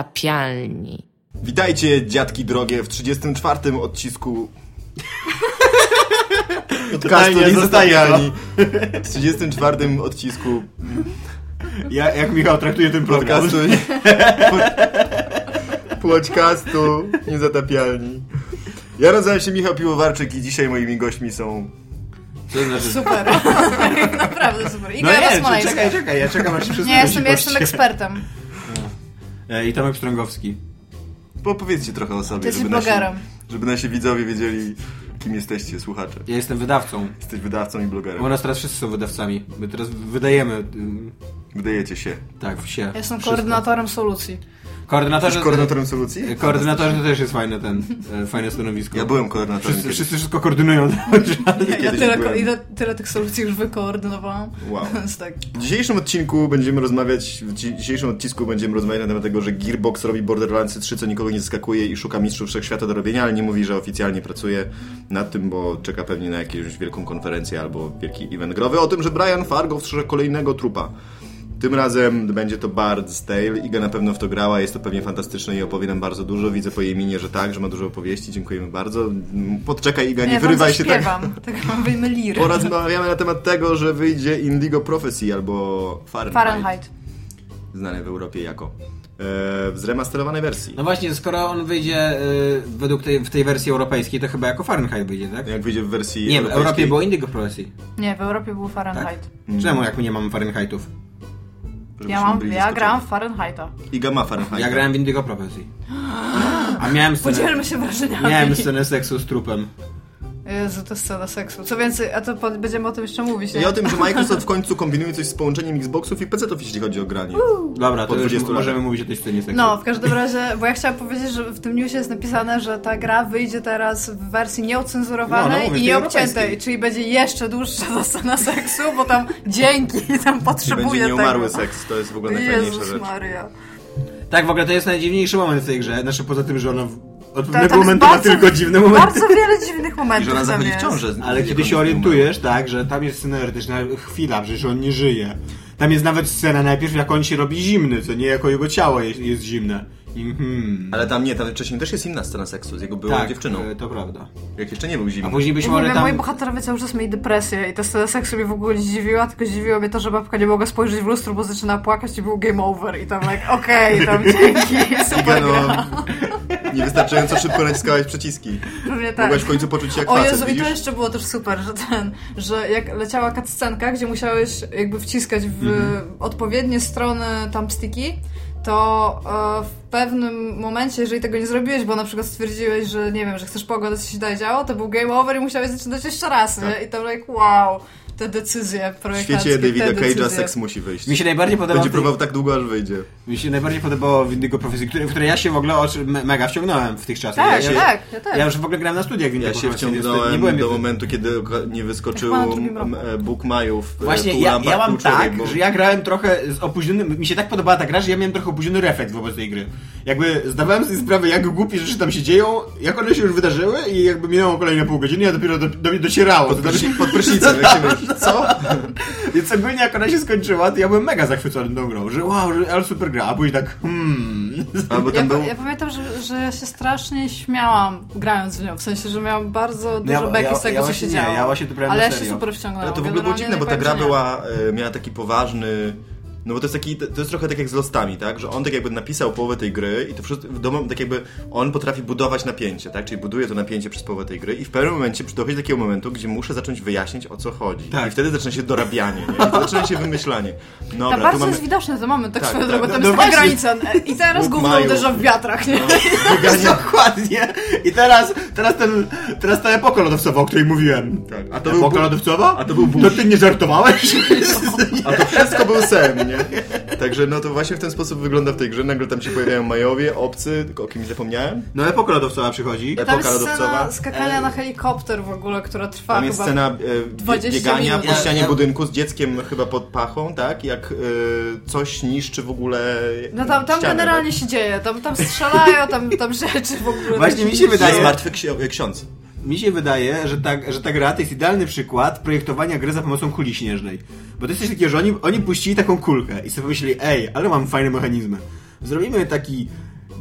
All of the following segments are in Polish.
Niezatapialni. Witajcie, dziadki drogie, w 34 odcisku podcastu Totalnie nie zostaje zostawiali. W 34 odcisku Ja, jak Michał traktuje ten program? podcastu podcastu Niezatapialni. Ja nazywam się Michał Piłowarczyk i dzisiaj moimi gośćmi są To znaczy, Super. Naprawdę super. I no Gaja nie, czy- Smoleńska. czekaj, czekaj, ja czekam aż się wszyscy Nie, jestem, ja gości jestem poczcie. ekspertem. E, I Tomek Strągowski. Bo powiedzcie trochę o sobie, Ty jesteś żeby nasi, blogerem. żeby nasi widzowie wiedzieli, kim jesteście, słuchacze. Ja jestem wydawcą. Jesteś wydawcą i U blogerem. nas teraz wszyscy są wydawcami. My teraz wydajemy, ym, Wydajecie się. tak, w się. Ja Jestem wszystko. koordynatorem solucji. Jesteś Koordynatorze, koordynatorem solucji? e, koordynatorze to też jest fajne ten, e, fajne stanowisko. Ja byłem koordynatorem. Wszyscy, kiedyś. wszyscy wszystko koordynują. tak, Ja, ja kiedyś tyle, byłem. ko- ile, tyle tych solucji już wykoordynowałam. Wow. Więc tak. W dzisiejszym odcinku będziemy rozmawiać, w dzi- dzisiejszym odcisku będziemy rozmawiać na temat tego, że Gearbox robi Borderlands 3, co nikogo nie zaskakuje i szuka mistrzów wszechświata do robienia, ale nie mówi, że oficjalnie pracuje nad tym, bo czeka pewnie na jakąś wielką konferencję albo wielki event growy. O tym, że Brian Fargo wstrzeże kolejnego trupa. Tym razem będzie to Bard's Tale. Iga na pewno w to grała, jest to pewnie fantastyczne i opowie nam bardzo dużo. Widzę po jej minie, że tak, że ma dużo opowieści. Dziękujemy bardzo. Mm, Podczekaj Iga, nie ja wyrywaj wam się tak. zaśpiewam. tak. Tak mam wyjmę liry. Porozmawiamy na temat tego, że wyjdzie Indigo Prophecy albo Fahrenheit, Fahrenheit. znane w Europie jako e, w zremasterowanej wersji. No właśnie, skoro on wyjdzie y, według tej, w tej wersji europejskiej, to chyba jako Fahrenheit wyjdzie, tak? No Jak wyjdzie w wersji Nie, w europejskiej. Mm. Europie było Indigo Prophecy. Nie, w Europie był Fahrenheit. Tak. Czemu jak my nie mamy Fahrenheitów? żebyśmy Ja, mam, byli ja zaskoczeni. grałam w Fahrenheita. Iga ma Fahrenheit. tak. Ja grałem w Indigo Prophecy. A miałem scenę, Podzielmy się wrażeniami. miałem scenę seksu z trupem. Jezu, to scena seksu. Co więcej, a to po, będziemy o tym jeszcze mówić. nie? I o tym, że Microsoft w końcu kombinuje coś z połączeniem Xboxów i PC-ów, jeśli chodzi o granie. Dobra, Po to już 20 latach. możemy mówić o tej scenie seksu. No, w każdym razie, bo ja chciałam powiedzieć, że w tym newsie jest napisane, że ta gra wyjdzie teraz w wersji No, nieocenzurowanej no, mówię, i tej nieobciętej, europejskiej. czyli będzie jeszcze dłuższa ta scena seksu, bo tam dzięki, tam Że będzie potrzebuje nieumarły tego. seks, to jest w ogóle najfajniejsza Jezus rzecz. Maria. Tak, w ogóle to jest najdziwniejszy moment w tej grze. Znaczy poza tym, że ona w- od tam pewnego jest momentu ma tak bardzo- tylko dziwny moment. Bardzo wiele dziwnych I momentów że ona tam zachodzi w jest. ciążę. z- Ale jak kiedy on się jest orientujesz, tak, że tam jest scena erotyczna, chwila, przecież on nie żyje. Tam jest nawet scena najpierw, jak on się robi zimny, co nie, jako jego ciało jest, jest zimne. I, hmm, Ale tam nie, tam wcześniej też jest inna scena seksu z jego byłą tak, dziewczyną. e, to prawda. Jak jeszcze nie był A zimny. później być Ja nie może wiem, moi tam... bohaterowie cały czas mieli depresję i ta scena seksu mnie w ogóle nie zdziwiła, tylko zdziwiło mnie to, że babka nie mogła spojrzeć w lustro, bo zaczyna płakać i był game over i tam like, okej, tam dzięki, Iga, super gra. no, niewystarczająco szybko naciskałaś przyciski. Pewnie tak. Mogłaś w końcu poczuć się jak O facet, Jezu, i widzisz? to jeszcze było też super, że ten, że jak leciała cutscenka, gdzie musiałeś jakby wciskać w Mhm. odpowiednie strony tam stiki, to e, w pewnym momencie, jeżeli tego nie zrobiłeś, bo na przykład stwierdziłeś, że nie wiem, że chcesz pogodę, co się dalej działo, to był game over i musiałeś zaczynać jeszcze raz, nie? I tam like, wow, te decyzje W projektackie, Tak. świecie Davida te decyzje. Cage'a seks musi wyjść. Mi się najbardziej podoba... w Będzie tej- próbował tak długo, aż wyjdzie. Mi się najbardziej podobało w Indigo Prophecy, które, w które ja się w ogóle oczy, me, mega wciągnąłem w tych czasach. Tak, ja się, tak, ja też. Ja już w ogóle grałem na studiach w Indigo Ja się Prophecy, wciągnąłem nie byłem do jeszcze- momentu, kiedy oka- nie wyskoczył Chyba na drugim roku. m, e, Bóg Majów. e, Właśnie, pół ja, rampa, ja mam pół człowiek, tak, bo- że ja grałem trochę z opóźnionym... Mi się tak podobała ta gra, że ja miałem trochę opóźniony refleks wobec tej gry. Jakby zdawałem sobie sprawę, jak głupie rzeczy tam się dzieją, jak one się już wydarzyły i jakby minęło kolejne pół godziny, ja dopiero do, do mnie docierało. To znaczy, Podprysi- Pod prysznicem, jak się myśli. Co? więc ogólnie jak ona się skończyła, to ja byłem mega zachwycony tą grą, że wow, że, ale super gra, a później tak hmm... A, bo Ja, tam był... ja pamiętam, że, że ja się strasznie śmiałam grając w nią, w sensie, że miałam bardzo dużo Ja- beki ja- z tego, ja co się właśnie nie, działo. ja właśnie to brałem Ale na ja się serio. super wciągnęłam. Ale to w ogóle było No, Generalnie dziwne, bo ta najbardziej gra nie. była, e, miała taki poważny... No bo to jest taki, to jest trochę tak jak z Lostami, tak? Że on tak jakby napisał połowę tej gry i to wszystko, w domu, tak jakby on potrafi budować napięcie, tak? Czyli buduje to napięcie przez połowę tej gry i w pewnym momencie dochodzi do takiego momentu, gdzie muszę zacząć wyjaśnić o co chodzi. Tak. I wtedy zaczyna się dorabianie, nie? I zaczyna się wymyślanie. Dobra, Tam tu bardzo mamy... jest widoczny ten moment, tak, Tak, swoją tak, drogą, tam no jest taka właśnie. No, granica. I teraz Bóg gówno mają. uderza w wiatrach, nie? Wygania- Dokładnie. I teraz, teraz, ten, teraz ta epoka lodowcowa, o której mówiłem. Tak, a to był epoka Bu- lodowcowa? a to był Bush. To ty nie żartowałeś? A to wszystko był sen, nie? Także no to właśnie w ten sposób wygląda w tej grze. Nagle tam się pojawiają majowie, obcy, tylko o kimś zapomniałem. No epoka lodowcowa przychodzi. Tam Epoka jest lodowcowa. scena skakania na helikopter w ogóle, która trwa Tam jest chyba... scena e, bie- 20 biegania minut. po ścianie Ja- ja- budynku z dzieckiem chyba pod pachą, tak? Jak e, coś niszczy w ogóle No tam, tam ścianę, tak? generalnie tak. się dzieje, tam, tam strzelają, tam, tam rzeczy w ogóle. Właśnie mi się tak? wydaje- Jest martwy ksi- ksiądz. Mi się wydaje, że ta, że ta gra to jest idealny przykład projektowania gry za pomocą kuli śnieżnej. Bo to jest coś takiego, że oni, oni puścili taką kulkę i sobie pomyśleli, ej, ale mam fajne mechanizmy. zrobimy taki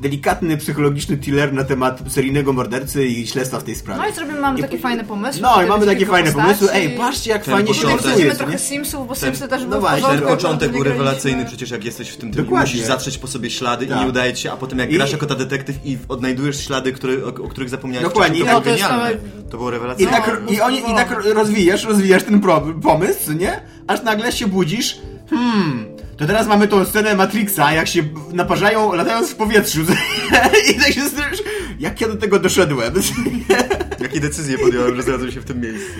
delikatny, psychologiczny thriller na temat seryjnego mordercy i śledztwa w tej sprawie. No i zrobimy, mamy takie fajne pomysły. No i wtedy mamy takie kilka fajne postaci. pomysły. Ej, patrzcie jak Ten fajnie się Tutaj początek. odzuje. wsadzimy Jest, trochę nie? Simsów, bo Ten- Simsy też no były właśnie, w Ten porządku. Tylko początek jak był nie graliśmy. rewelacyjny, przecież jak jesteś w tym trybu, Dokładnie. musisz zatrzeć po sobie ślady i Tak. nie udaje ci się, a potem jak I- grasz jako ta detektyw i odnajdujesz ślady, które, o, o których zapomniałeś Dokładnie. wcześniej, No, to to było jest genialne. całe- To było I rewelacyjne. tak, i, oni, I tak rozwijasz, rozwijasz ten pro, pomysł, nie? Aż nagle się budzisz. Hmm. To teraz mamy tą scenę Matrixa, jak się naparzają, latając w powietrzu. I tak się zastanawiasz, jak ja do tego doszedłem. Jakie decyzje podjąłem, że znalazłem się w tym miejscu.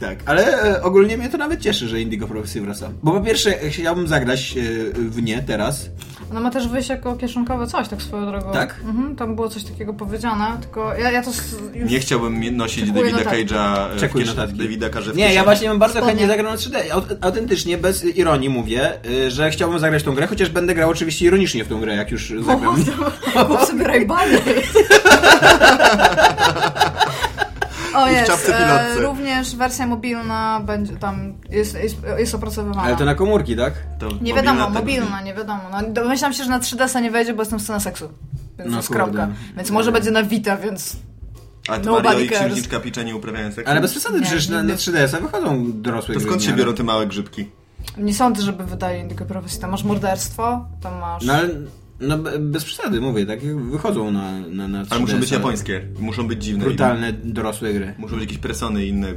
tak, ale e, ogólnie mnie to nawet cieszy, że Indigo Prophecy wraca. Bo po pierwsze, e, chciałbym zagrać e, w nie teraz. Ona ma też wyjść No, jako kieszonkowe coś, tak swoją drogą. Tak? Mhm, tam było coś takiego powiedziane, tylko ja, ja to s- już... Nie chciałbym nosić Czekuję Davida notatki. Cage'a e, w Czekuję kiesz- notatki. Davida Cage'a w Nie, ja kieszeni. właśnie mam bardzo chętnie Spodnie. zagrał na 3D. Aut- Autentycznie, bez ironii mówię, y, że chciałbym zagrać tą grę, chociaż będę grał oczywiście ironicznie w tą grę, jak już zagram. Kup sobie rajbany. O, I w jest. czapce E, pilotce. również wersja mobilna będzie tam, jest, jest, jest opracowywana. Ale to na komórki, tak? To Nie mobilna wiadomo, technologia. mobilna, nie wiadomo. No, domyślam się, że na 3DS-a nie wejdzie, bo jestem scena seksu. Więc No jest kurde. kropka. Więc może będzie na Vita, więc... A to No Nobody Mario i cares. księżniczka Picza nie uprawiają seksu? Ale bez przesady, Nie, przecież na, nigdy. na 3DS-a wychodzą dorosłe To gry skąd w się miarę. biorą te małe grzybki? Nie sądzę, żeby wydali Indigo Prophecy. Tam masz morderstwo, tam masz... No ale, no be- bez przesady mówię, tak jak wychodzą na, na, na 3DS-a. Ale muszą być japońskie, no muszą być dziwne. Brutalne, dorosłe gry. Muszą być jakieś persony i inne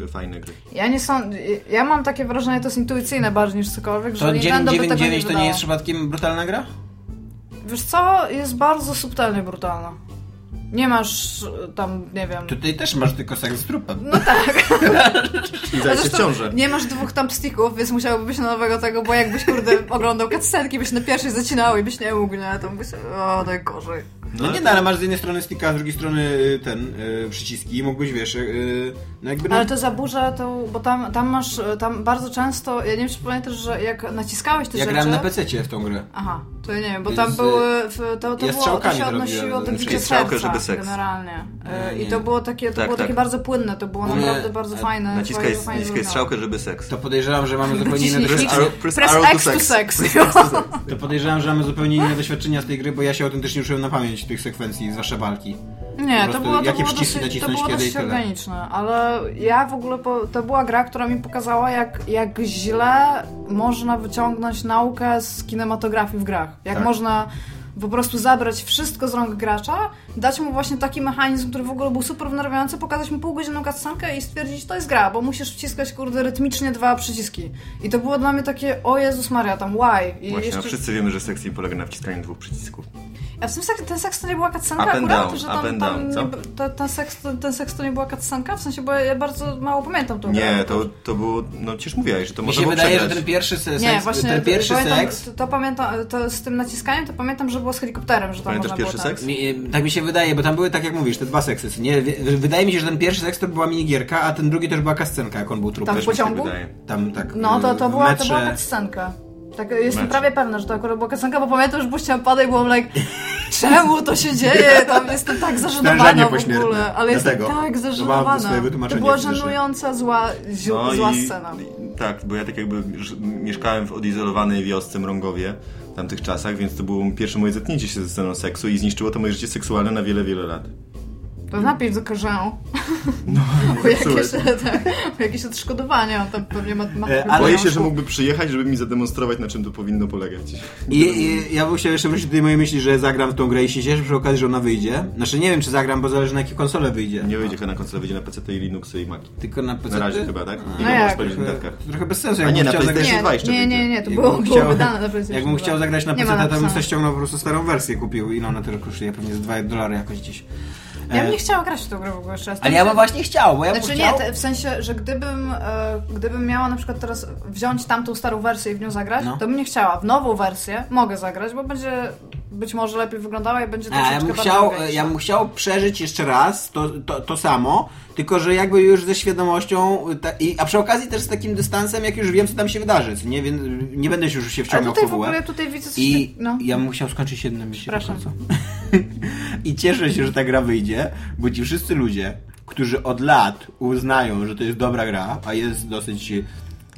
m, fajne gry. Ja nie sądzę... Ja mam takie wrażenie, to jest intuicyjne bardziej niż cokolwiek, To że Nintendo by tego nie 999 to wydało. nie jest przypadkiem brutalna gra? Wiesz co? Jest bardzo subtelnie brutalna. Nie masz e, tam, nie wiem... No tak, Tutaj też masz tylko seks z No trupem. I zajście w Zresztą ciążę. Nie masz dwóch thumbsticków, więc musiałoby być na nowego tego, bo jakbyś kurde oglądał cutscenki, byś na pierwszej zacinał i byś nie mógł, nie? Tam byś... O, najgorzej. No, nie, no, ale masz z jednej strony stika, a z drugiej strony y, ten, y, przyciski i mógłbyś, wiesz, y, no jakby... Ale to zaburza to, bo tam, tam masz, e, tam bardzo często, ja nie wiem czy pamiętasz, że jak naciskałeś te Ja rzeczy... grałem na PC w tą grę. Aha, to ja nie wiem, bo tam Z- były, y, w- to, to, ja było, to strzałkami się to odnosiło robiłem, do znaczy bicia nie strzałkę, serca żeby seks. generalnie. E, E, I nie. to było takie, to Tak, było tak. No takie bardzo płynne, to było Nie. naprawdę bardzo fajne. Naciskaj, bardzo fajnie naciskaj wyglądało. strzałkę, żeby seks. To podejrzewam, że mamy zupełnie inne Naciśnij Press Press doświadczenia. arrow- press Press arrow to X to sex. sex. To podejrzewam, że mamy zupełnie inne doświadczenia z tej gry, bo ja się autentycznie uczyłem na pamięć tych sekwencji, zwłaszcza walki. Po Nie, to prostu było, to jakie było przyciski dosyć, to nacisnąć było kiedy i dosyć tyle. organiczne, ale ja w ogóle, po, to była gra, która mi pokazała, jak, jak źle można wyciągnąć naukę z kinematografii w grach. Jak Tak. można po prostu zabrać wszystko z rąk gracza, dać mu właśnie taki mechanizm, który w ogóle był super wnerwiający, pokazać mu półgodzinną cutscenkę i stwierdzić, to jest gra, bo musisz wciskać, kurde, rytmicznie dwa przyciski. I to było dla mnie takie, o Jezus Maria, tam why? I no Właśnie, a jeszcze- wszyscy wiemy, że seks nie polega na wciskaniu dwóch przycisków. a w tym seks, ten seks to nie była katsanka Up and akurat? down, że up tam, and tam down, nie co? b- to, ten, seks, to, ten seks to nie była katsanka? W sensie, bo ja bardzo mało pamiętam tą grę. Nie, to, to było... No przecież mówiłaś, że to Mi można się było wydaje, że przegrać. ten pierwszy se- seks, Nie, właśnie ten to- pierwszy pamiętam, seks, To, to pamiętam, to z tym naciskaniem to pamiętam, że było z helikopterem, że tam Pamiętasz można pierwszy było ten- seks? mi, tak mi się wydaje, bo tam były tak jak mówisz, te dwa seksy. Nie, Wy- wydaje mi się, że ten pierwszy seks to była minigierka, a ten drugi też była kascenka, jak on był trupem. Tak. Też mi się pociągu? wydaje. Tam tak. No, to, y, to w była, to metrze. była katsanka. Tak, jestem Mecz. prawie pewna, że to akurat była katsanka, bo pamiętam, że buściłam pada i byłam like, czemu to się dzieje? Tam jestem tak Stężenie zażenowana w pośmiertne. ogóle, ale jestem Dlatego. tak swoje zażenowana. To wytłumaczenie była fizyczne. żenująca, zła, ziu- No zła i- scena. i- Tak, bo ja tak jakby ż- mieszkałem w odizolowanej wiosce Mrągowie w tamtych czasach, więc to było pierwsze moje zetknięcie się ze sceną seksu i zniszczyło to moje życie seksualne na wiele, wiele lat. To napisz do korzeniu. No, Po jakieś, tak, po jakieś odszkodowania, on tam pewnie ma... ma E, ale- Boję się, że mógłby przyjechać, żeby mi zademonstrować, na czym to powinno polegać. I, i ja bym chciał jeszcze wrócić do tej mojej myśli, że zagram w tą grę i się cieszę przy okazji, że ona wyjdzie. Znaczy nie wiem, czy zagram, bo zależy na jakie konsole wyjdzie. Nie wyjdzie na konsolę, wyjdzie na PC i Linuxy i Maci. Tylko na PC. Na razie chyba, tak? I No go jak? możesz sprawdzić w Trochę, notatkach. trochę bez sensu, A jakbym nie, na chciał zagrać... PlayStation nie, 2 jeszcze nie, wyjdzie. nie, nie, to było, Jakbym było chciał, wydane na PlayStation jakbym 2. chciał zagrać na Nie ma PC, to bym napisane. sobie ściągnął po prostu starą wersję, kupił ile ona teraz kosztuje, pewnie z 2 dolary jakoś gdzieś. Ja E, bym nie chciała grać w tą grę w ogóle jeszcze raz. Ale ja bym właśnie chciał, bo ja bym Znaczy nie, chciał... te, w sensie, że gdybym, e, gdybym miała na przykład teraz wziąć tamtą starą wersję i w nią zagrać, No. to bym nie chciała. W nową wersję mogę zagrać, bo będzie być może lepiej wyglądała i będzie A, ja troszeczkę bym, bardziej chciał, większa. ja bym chciał przeżyć jeszcze raz to, to, to samo, tylko że jakby już ze świadomością, ta, i, a przy okazji też z takim dystansem, jak już wiem, co tam się wydarzy, co nie, więc nie będę się już się Ale wciągał tutaj w E. w fabułę. ogóle, tutaj widzę coś... I ty- no. ja bym musiał skończyć jedną misję. Przepraszam. tylko co? I cieszę się, że ta gra wyjdzie, bo ci wszyscy ludzie, którzy od lat uznają, że to jest dobra gra, a jest dosyć e,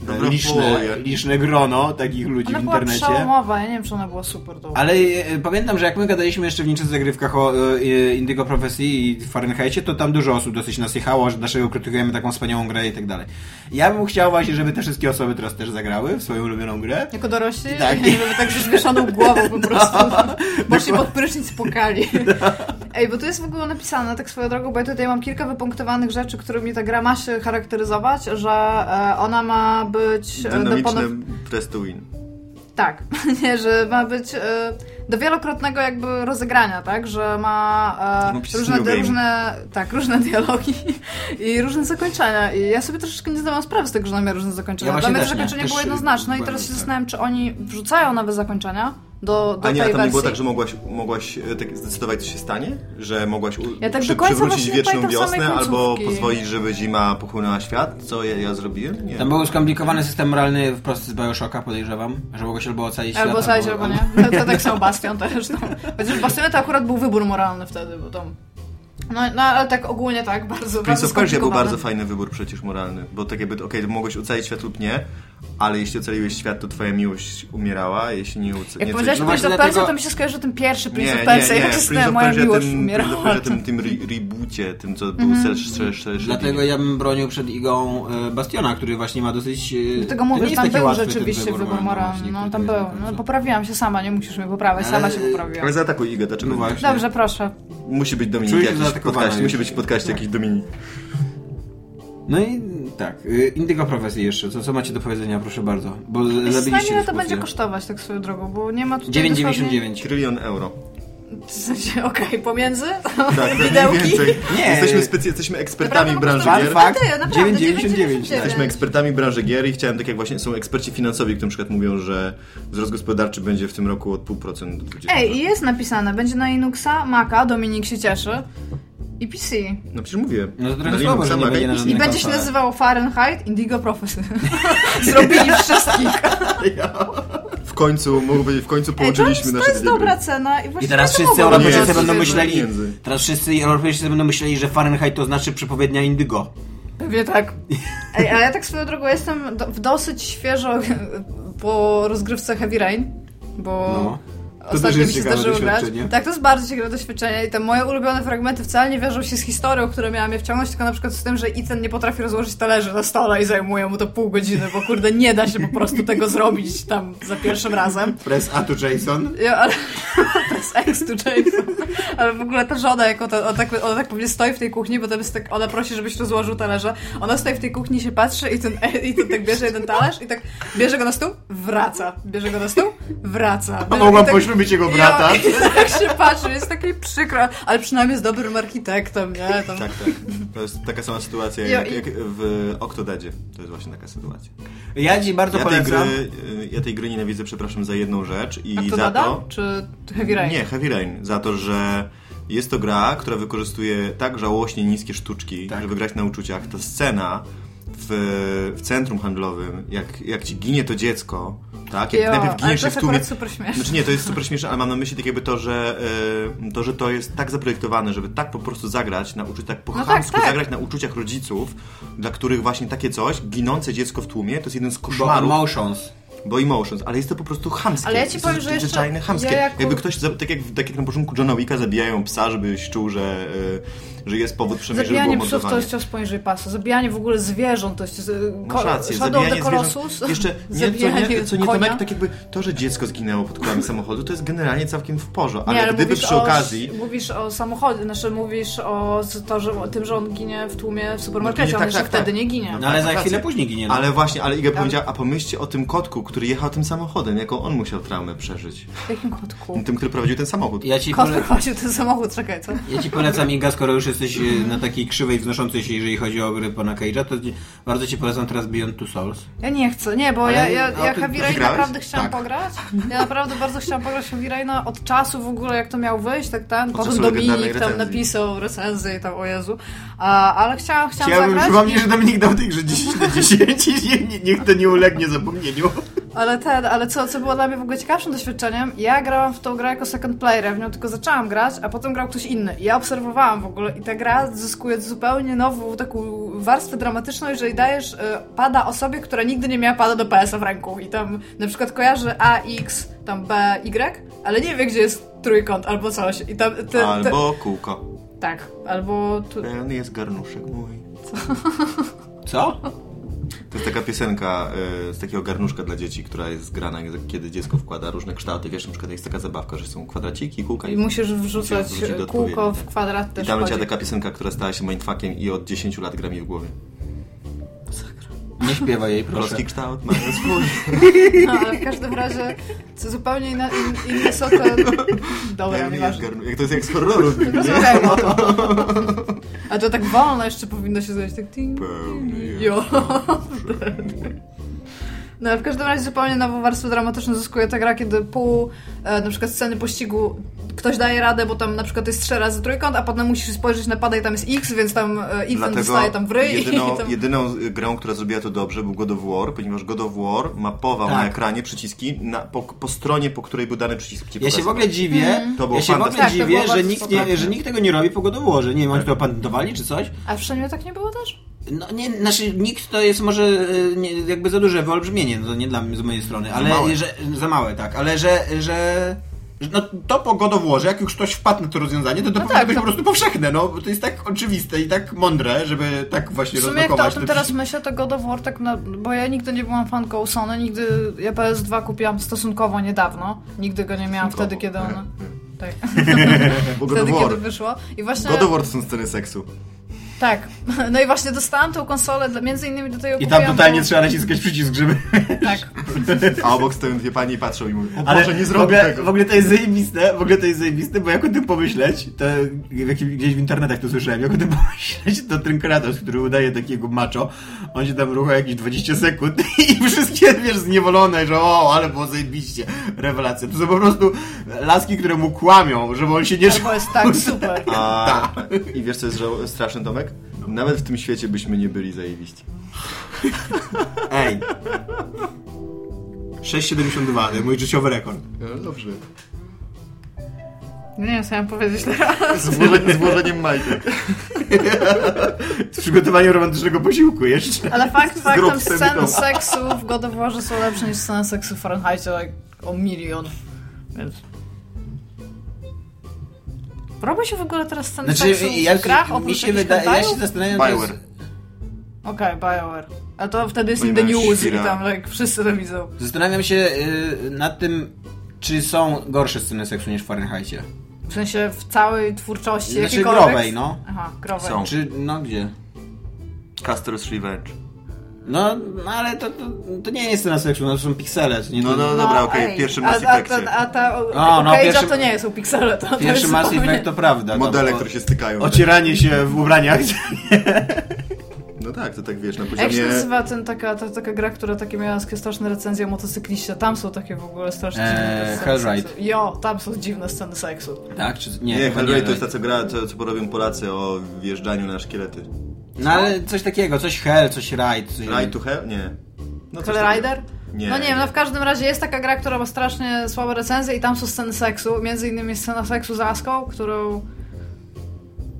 Dobra, liczne, poje. liczne grono takich ludzi Ona w była internecie. przełomowa, ja nie wiem, czy ona była super dobra. Ale e, pamiętam, że jak my gadaliśmy jeszcze w niczych zagrywkach o e, Indygo Profesji i Fahrenheitie, to tam dużo osób dosyć nas jechało, że dlaczego krytykujemy taką wspaniałą grę i tak dalej. Ja bym chciał właśnie, żeby te wszystkie osoby teraz też zagrały w swoją ulubioną grę. Jako dorośli? Tak. Tak. Żeby tak ze zmieszaną głową po prostu. Poszli pod prysznic pokali. Ej, bo tu jest w ogóle napisane, tak swoją drogą, bo ja tutaj mam kilka wypunktowanych rzeczy, którymi ta gra ma się charakteryzować, że e, ona ma być... e, Dynamiczne doponow- press to win. Tak, nie, że ma być e, do wielokrotnego jakby rozegrania, tak, że ma e, No, przecież różne, new game. różne, tak, różne dialogi i różne zakończenia. I ja sobie troszeczkę nie zdawałam sprawy z tego, że ona miała różne zakończenia. Ja Dla właśnie mnie to też nie. zakończenie Też, było y, jednoznaczne i byłem, teraz się tak. zastanawiam, czy oni wrzucają nowe zakończenia do, do A nie, a tej tam wersji. nie było tak, że mogłaś, mogłaś e, tak zdecydować, co się stanie? Że mogłaś u, Ja tak przy, do końca właśnie przywrócić nie wieczną pamiętam samej wiosnę albo końcówki. pozwolić, żeby zima pochłonęła świat? Co ja, ja zrobiłem? Nie. Tam był skomplikowany system moralny wprost z Bioshocka, podejrzewam, że mogłeś albo ocalić świat, Albo zajść, albo nie. To, to tak samo Bastion też. No. Chociaż w Bastionie to akurat był wybór moralny wtedy, bo tam... No, no ale tak ogólnie tak, bardzo, Prince bardzo of Persia był skomplikowane. bardzo fajny wybór przecież moralny, bo tak jakby, okej, to mogłeś ocalić świat lub nie, ale jeśli ocaliłeś świat, to twoja miłość umierała, a jeśli nie ocaliłeś... Jak nie, powiedziałeś no Prince właśnie of Persia, dlatego- to mi się skojarzy ten pierwszy Nie, Prince nie, of Persia. nie, Jak się Prince zastanawiam, of moja Persia, miłość tym, Prince of umierała. Mhm. Persia, tym, tym re- reboocie, tym co był mm. Dlatego ja bym bronił przed igą e, Bastiona, który właśnie ma dosyć... e, Dlatego to nie mówię, że jest tam taki był łatwy ten rzeczywiście wybór moralny. właśnie, No który tam to był. jest na No końcu. poprawiłam się sama, nie musisz mnie poprawiać, Ale- sama się Ale poprawiłam. zaatakuj Igę, dlaczego No nie? właśnie. Dobrze, proszę. Musi być Dominik Czuję się jakiś w zaatakowana podcaście, już. musi być w podcaście jakiś Dominik. No i tak, y, Indygo Profesji jeszcze, co, co macie do powiedzenia, proszę bardzo, bo z- Jest zabiliście znanie, ile to dyskusję. będzie kosztować tak swoją drogą, bo nie ma tutaj... 9,99. Trylion euro. dosłownie- W sensie, okej, pomiędzy? Tak, mniej Widełki? więcej. Nie. Jesteśmy, specy- jesteśmy ekspertami Naprawdę w branży po prostu Fun gier. fact, Ty, naprawdę, 9,99. 9,99. Jesteśmy ekspertami branży gier i chciałem, tak jak właśnie są eksperci finansowi, którzy na przykład mówią, że wzrost gospodarczy będzie w tym roku od 0,5% do 20%. Ej, i jest napisane, będzie na Linuxa, Maca, Dominik się cieszy, i PC. No przecież mówiłem. No to trochę Na słabo, Linuxa, że nie Maca będzie i na PC. I Na będzie się konsolę. nazywało Fahrenheit Indigo Prophecy. Zrobili wszystkich. W końcu, mogę powiedzieć, w końcu Ej, to, połączyliśmy jest- to nasze jest dwie dobra gry. cena i właśnie I teraz to wszyscy mogłoby Nie, Europejczycy to być będą jest więcej. myśleli, pieniędzy. teraz wszyscy Europejczycy będą myśleli, że Fahrenheit to znaczy przepowiednia Indygo. Pewnie tak. Ej, ale ja tak swoją drogą jestem do, w dosyć świeżo po rozgrywce Heavy Rain, bo No. To też ostatnio mi jest się ciekawe zdarzyło grać. doświadczenie. Tak, to jest bardzo ciekawe doświadczenie i te moje ulubione fragmenty wcale nie wiążą się z historią, które miałam je wciągnąć, tylko na przykład z tym, że Ethan nie potrafi rozłożyć talerzy na stole i zajmuje mu to pół godziny, bo kurde nie da się po prostu tego zrobić tam za pierwszym razem. Press A to Jason. Ja, ale to jest ex to Jason. Ale w ogóle ta żona, jak ona, ona, tak, ona tak pewnie stoi w tej kuchni, bo tam jest tak, ona prosi, żebyś rozłożył talerze. Ona stoi w tej kuchni, się patrzy i ten, i ten tak bierze jeden talerz i tak bierze go na stół, wraca. Bierze go na stół, wraca. Bierze, mogłam i tak, poślubić jego brata. Ja, i tak się patrzy, jest taki przykro, ale przynajmniej jest dobrym architektem, nie? Tam. Tak, tak. To jest taka sama sytuacja Ja jak, i- jak w Octodadzie. To jest właśnie taka sytuacja. Ja ci bardzo Ja tej, polecam. gry, y, ja tej gry nienawidzę, przepraszam, za jedną rzecz i A kto za dada? to... Czy Heavy Rain? Nie, Heavy Rain. Za to, że jest to gra, która wykorzystuje tak żałośnie niskie sztuczki, Tak. żeby grać na uczuciach. Ta scena w, w centrum handlowym, jak, jak ci ginie to dziecko, tak? Jak Jo, najpierw ale giniesz to się w jest tłumie... akurat super śmieszne. Znaczy nie, to jest super śmieszne, ale mam na myśli tak jakby to, że, y, to, że to jest tak zaprojektowane, żeby tak po prostu zagrać na uczuciach, tak po No tak, chamsku tak. zagrać na uczuciach rodziców, dla których właśnie takie coś, ginące dziecko w tłumie, to jest jeden z Bo koszmarów, Emotions. bo emotions, ale jest to po prostu chamskie. Ale ja ci Jest powiem, to że jeszcze zwyczajne chamskie. ja jako- Jakby ktoś, za- tak jak, tak jak na początku Johna Wicka zabijają psa, żebyś czuł, że, y, że jest powód przynajmniej, żeby było Zabijanie psów to mordowanie. jest cios poniżej pasa. Zabijanie w ogóle zwierząt to jest... e, Masz rację, Shadow of zabijanie the zwierząt. Colossus. Jeszcze nie, co nie, co nie Tomek, tak jakby to, że dziecko zginęło pod kołami samochodu, to jest generalnie całkiem w porządku, ale, Nie, gdyby mówisz przy o- okazji... Mówisz o samochodzie, znaczy mówisz o z- to, że, o tym, że on ginie w tłumie w supermarkecie, No ginie, on tak, jeszcze tak, wtedy tak. nie ginie. No ale Tak, za rację. chwilę później ginie. no. Ale właśnie, ale Tak. Iga powiedziała, a pomyślcie o tym kotku, który jechał tym samochodem, jaką on musiał traumę przeżyć. W jakim kotku? Tym, który prowadził ten samochód. Ja ci Kot pole- prowadził ten samochód, czekaj, co? Ja ci polecam, Inga, skoro już jesteś e, na takiej krzywej wznoszącej się, jeżeli chodzi o gry pana Cage'a, to ci- bardzo ci polecam teraz Beyond Two Souls. Ja nie chcę, nie, bo Ale- ja, ja, a ja ty- Heavy ty Rain grałeś? naprawdę chciałam Tak. pograć. Ja naprawdę bardzo chciałam pograć w Heavy Raina od czasu w ogóle, jak to miał wyjść, tak ten. czasu Potem legendarnej Dominik tam recenzji. napisał recenzję i tam, o Jezu. A, ale chciałam, chciałam zagrać. i- Dominik dał tej grze 10 na 10 i niech to nie ulegnie zapomnieniu. E, Ale ten, ale co, co było dla mnie w ogóle ciekawszym doświadczeniem, ja grałam w tą grę jako second player, ja w nią tylko zaczęłam grać, a potem grał ktoś inny. I ja obserwowałam w ogóle i ta gra zyskuje zupełnie nową taką warstwę dramatyczną, jeżeli dajesz y, pada osobie, która nigdy nie miała pada do PS-a w ręku. I tam na przykład kojarzy A, X, tam B, Y, ale nie wie, gdzie jest trójkąt albo coś. I tam, te, te, Albo kółko. Tak, albo... Tu... Pełny jest garnuszek mój. Co? To jest taka piosenka e, z takiego garnuszka dla dzieci, która jest grana, tak kiedy dziecko wkłada różne kształty. Wiesz, na przykład jest taka zabawka, że są kwadraciki, kółka I i... musisz wrzucać Musisz wrzucić do kółko odpowiedzi. w kwadrat I też tam leciała wchodzi. taka piosenka, która stała się mindfuckiem i od 10 lat gra mi w głowie. Nie śpiewa jej, proszę. Polski kształt ma swój. No, ale w każdym razie co zupełnie inna, in, inne są te... Dobra, Pełny No. jest nieważne. garnuszek. Jak to jest jak z horroru. nie? Rozmawiajmy o tym. A to tak wolno jeszcze powinno się zrobić. Tak ting, Pełny jest jo. No ale w każdym razie zupełnie nową warstwę dramatyczną zyskuje ta gra, kiedy pół e, na przykład sceny pościgu ktoś daje radę, bo tam na przykład jest trzy razy trójkąt, a potem musisz spojrzeć na pada i tam jest X, więc tam e, X dostaje tam w ryj. jedyną, i tam... jedyną y, grą, która zrobiła to dobrze, był God of War, ponieważ God of War mapował Tak. na ekranie przyciski na, po, po stronie, po której był dany przycisk. ci Ja się w pokazywał. ogóle dziwię, To było ja się w ogóle fantastyczne. Tak. Tak, to było dziwię, że bardzo nikt, spoko. nie, że nikt tego nie robi po godoworze. Nie wiem, oni to opatentowali czy coś. A w Shenmue tak nie było też? No nie, znaczy nikt to jest może e, nie, jakby za duże wyolbrzymienie, no to nie dla mnie z mojej strony, ale małe. że za małe, tak, ale że, że że no to po godoworze, jak już ktoś wpadł na to rozwiązanie, to to powinno tak, być to- po prostu powszechne, no bo to jest tak oczywiste i tak mądre, żeby tak właśnie W sumie jak to o rozlokować tym te teraz myślę, to God of War tak, na, bo ja nigdy nie byłam fanką Sony, nigdy ja PS2 kupiłam stosunkowo niedawno, nigdy go nie miałam Stosunkowo. wtedy, kiedy ona... Tak. Bo God Wtedy, of War. kiedy wyszło. I właśnie... God of War to są sceny seksu. Tak. No i właśnie dostałam tą konsolę, dla- między innymi do tego I tam kupiłam, totalnie bo- trzeba naciskać przycisk, żeby... Tak. A obok stoją dwie panie i patrzą i mówią, o Boże, nie w zrobię ogóle, tego. W ogóle to jest zajebiste, w ogóle to jest zajebiste, bo jak o tym pomyśleć, to w jakim, gdzieś w internetach to słyszałem, jak o tym pomyśleć, to ten kratos, który udaje takiego macho, on się tam rucha jakieś 20 sekund i wszystkie, wiesz, zniewolone, że o, ale było zajebiście, rewelacja. To są po prostu laski, które mu kłamią, żeby on się nie... Albo jest tak, super. A, I wiesz co jest żał- straszny, Tomek? Nawet w tym świecie byśmy nie byli zajebiści. Ej. 6,72, to jest mój życiowy rekord. No, dobrze. Nie wiem, co miałam powiedzieć teraz. Z, włoże, z włożeniem majtek. Z przygotowaniem romantycznego posiłku jeszcze. Ale fakt Zgrób faktem sobie sceny to. seksu w God of Warze są lepsze niż sceny seksu w Fahrenheitie like, o milion. Więc... Robi się w ogóle teraz sceny seksu w grach Znaczy, mi oprócz się jakichś wydaje, ja hentajów? się zastanawiam, to jest- Bioware. Okej, Bioware. A to wtedy jest Oni in the mają news i świra. tam like, wszyscy to widzą. Zastanawiam się y, nad tym, czy są gorsze sceny seksu niż w Fahrenheitie. W sensie w całej twórczości Znaczy jakiejkolwiek... growej, no. Aha, growej. Są. Czy, no gdzie? Castor's Revenge. No, no ale to, to, to nie jest scena seksu, no to są piksele. to Nie, No, no, dobra, okej, ej. pierwszy A- Mass a, ta- Effectie. a ta A, o, no, Cage'a pierwszy- to nie jest u Pixela. To, to Pierwszy jest Mass zupełnie- Effect to prawda. Modele, no, które się stykają. Ocieranie się w ubraniach. No tak, to tak wiesz, na Jak się poziomie... nazywa ten, taka, ta, taka gra, która takie miała takie straszne recenzje o motocykliście? Tam są takie w ogóle straszne Eee, dziwne sceny Hellride. seksu. Jo, tam są dziwne sceny seksu. tak, czy Nie, nie? no. nie no. chyba Hellblade to jest ta co gra, co, co porobią Polacy o wjeżdżaniu na szkielety. No ale coś takiego, coś hell, coś ride. Coś Ride to Hell? Nie. No, coś Hell takiego. Rider? Nie. No nie wiem, no w każdym razie jest taka gra, która ma strasznie słabe recenzje i tam są sceny seksu, między innymi scena seksu z Aską, którą...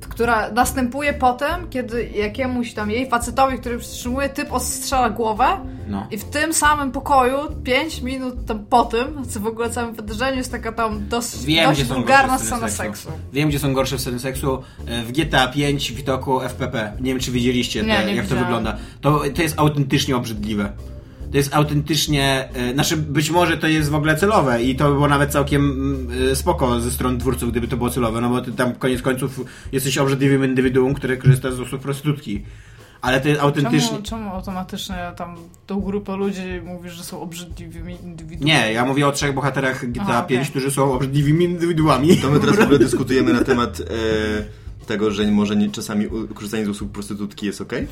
która następuje potem, kiedy jakiemuś tam jej facetowi, który przytrzymuje, typ odstrzela głowę No. I w tym samym pokoju, 5 minut tam po tym, co w ogóle całym wydarzeniu jest taka tam dosyć, Wiem, gdzie dość są wulgarna gorsze scena sceny seksu. seksu. Wiem, gdzie są gorsze sceny seksu. E, W GTA 5 w widoku FPP. Nie wiem, czy widzieliście, te, Nie, nie jak to widziałam. wygląda. To, to jest autentycznie obrzydliwe. To jest autentycznie, e, znaczy być może to jest w ogóle celowe i to by było nawet całkiem mm, e, spoko ze stron twórców, gdyby to było celowe, no bo ty tam koniec końców jesteś obrzydliwym indywiduum, które korzysta z usług prostytutki. Ale to jest autentycznie... Czemu, czemu automatycznie tam tą grupę ludzi mówisz, że są obrzydliwymi indywiduami? Nie, ja mówię o trzech bohaterach GTA Aha, 5, okej. którzy są obrzydliwymi indywiduami. To my teraz w ogóle dyskutujemy na temat e, tego, że może nie, czasami u- korzystanie z usług prostytutki jest okej?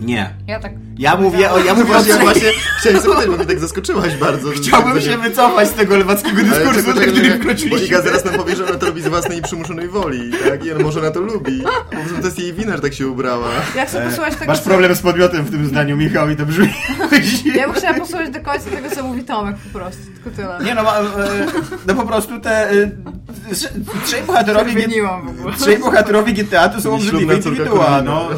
Nie. Ja tak. Ja mówię o... Ja mówię o... Właśnie, ja właśnie chciałem zapytać, bo mnie tak zaskoczyłaś bardzo. że- tak Chciałbym się wycofać z tego lewackiego Ale dyskursu, tylko na tak, który że- Bo wkroczyliśmy. Iga zaraz nam powie, że ona to robi z własnej i przymuszonej woli, tak? I on może na to lubi. Bo w sumie to jest jej wina, że tak się ubrała. Jak sobie posłuchać tego. E, Masz co- problem z podmiotem w tym zdaniu, Michał, i to brzmi... Ja bym chciała posłuchać do końca tego, co mówi Tomek po prostu. Tylko tyle. Nie no, ma- e, no po prostu te... e, trze- Trzej bohaterowie... nie- Wymieniłam w ogóle. Trzej bohaterowie GTA to są Ślubna obrzydliwe córka indywidua, Konrada. no.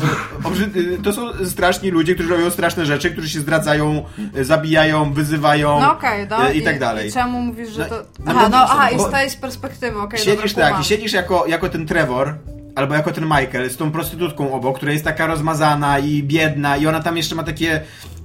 Obrzyd... To są straszni ludzie, którzy robią straszne rzeczy, którzy się zdradzają, e, zabijają, wyzywają No okej, no e, i tak dalej. I czemu mówisz, że to. No, no Aha, bo- no aha, i bo- staje z perspektywy, okej. Siedzisz dobra, tak, i siedzisz jako, jako ten Trevor, albo jako ten Michael z tą prostytutką obok, która jest taka rozmazana i biedna i ona tam jeszcze ma takie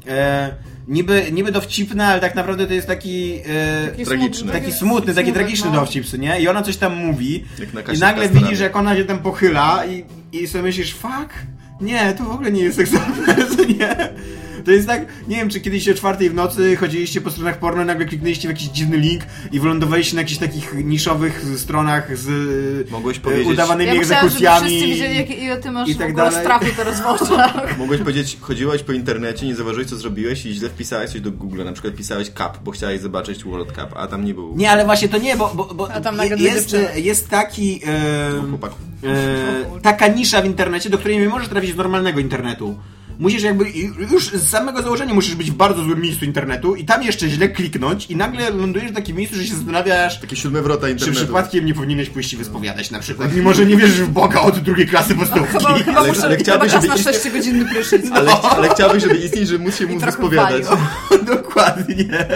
e, niby, niby dowcipne, ale tak naprawdę to jest taki... E, Taki Tragiczny. smutny, Taki Taki smutny, taki tragiczny no. dowcip, co nie? I ona coś tam mówi Jak na i Kasi nagle Kastorami. widzisz, jak ona się tam pochyla i, i sobie myślisz, fuck, nie, to w ogóle nie jest seksowne, co nie? To jest tak, nie wiem, czy kiedyś o czwartej w nocy chodziliście po stronach porno, nagle kliknęliście w jakiś dziwny link i wylądowaliście na jakichś takich niszowych stronach z Mogłeś e, powiedzieć- udawanymi Ja chciałam, żeby egzekucjami. wszyscy widzieli, jak, ile ty masz i w tak ogóle dalej. strachu teraz w oczach. Mogłeś powiedzieć, chodziłaś po internecie, nie zauważyłeś, co zrobiłeś i źle wpisałeś coś do Google. Na przykład pisałeś cup, bo chciałeś zobaczyć World Cup, a tam nie był. Nie, ale właśnie to nie, bo, bo, bo A tam je- nagle dwie jest, dziewczyny. jest taki. em, Chłopaku. e, taka nisza w internecie, do której nie możesz trafić z normalnego internetu. Musisz jakby i- już z samego założenia musisz być w bardzo złym miejscu internetu i tam jeszcze źle kliknąć i nagle lądujesz w takim miejscu, że się zastanawiasz, Takie siódme wrota czy internetu. przypadkiem nie powinieneś pójść i wyspowiadać na przykład, mimo że nie wierzysz w Boga od drugiej klasy podstawówki. Chyba, chyba Ale- muszę, ale chyba chciałbym, czas żeby na iść- 6-godzinny prysznic. Ale, ale chciałbyś, żeby istnieć, że móc się I mu trochę wyspowiadać. palił. dokładnie.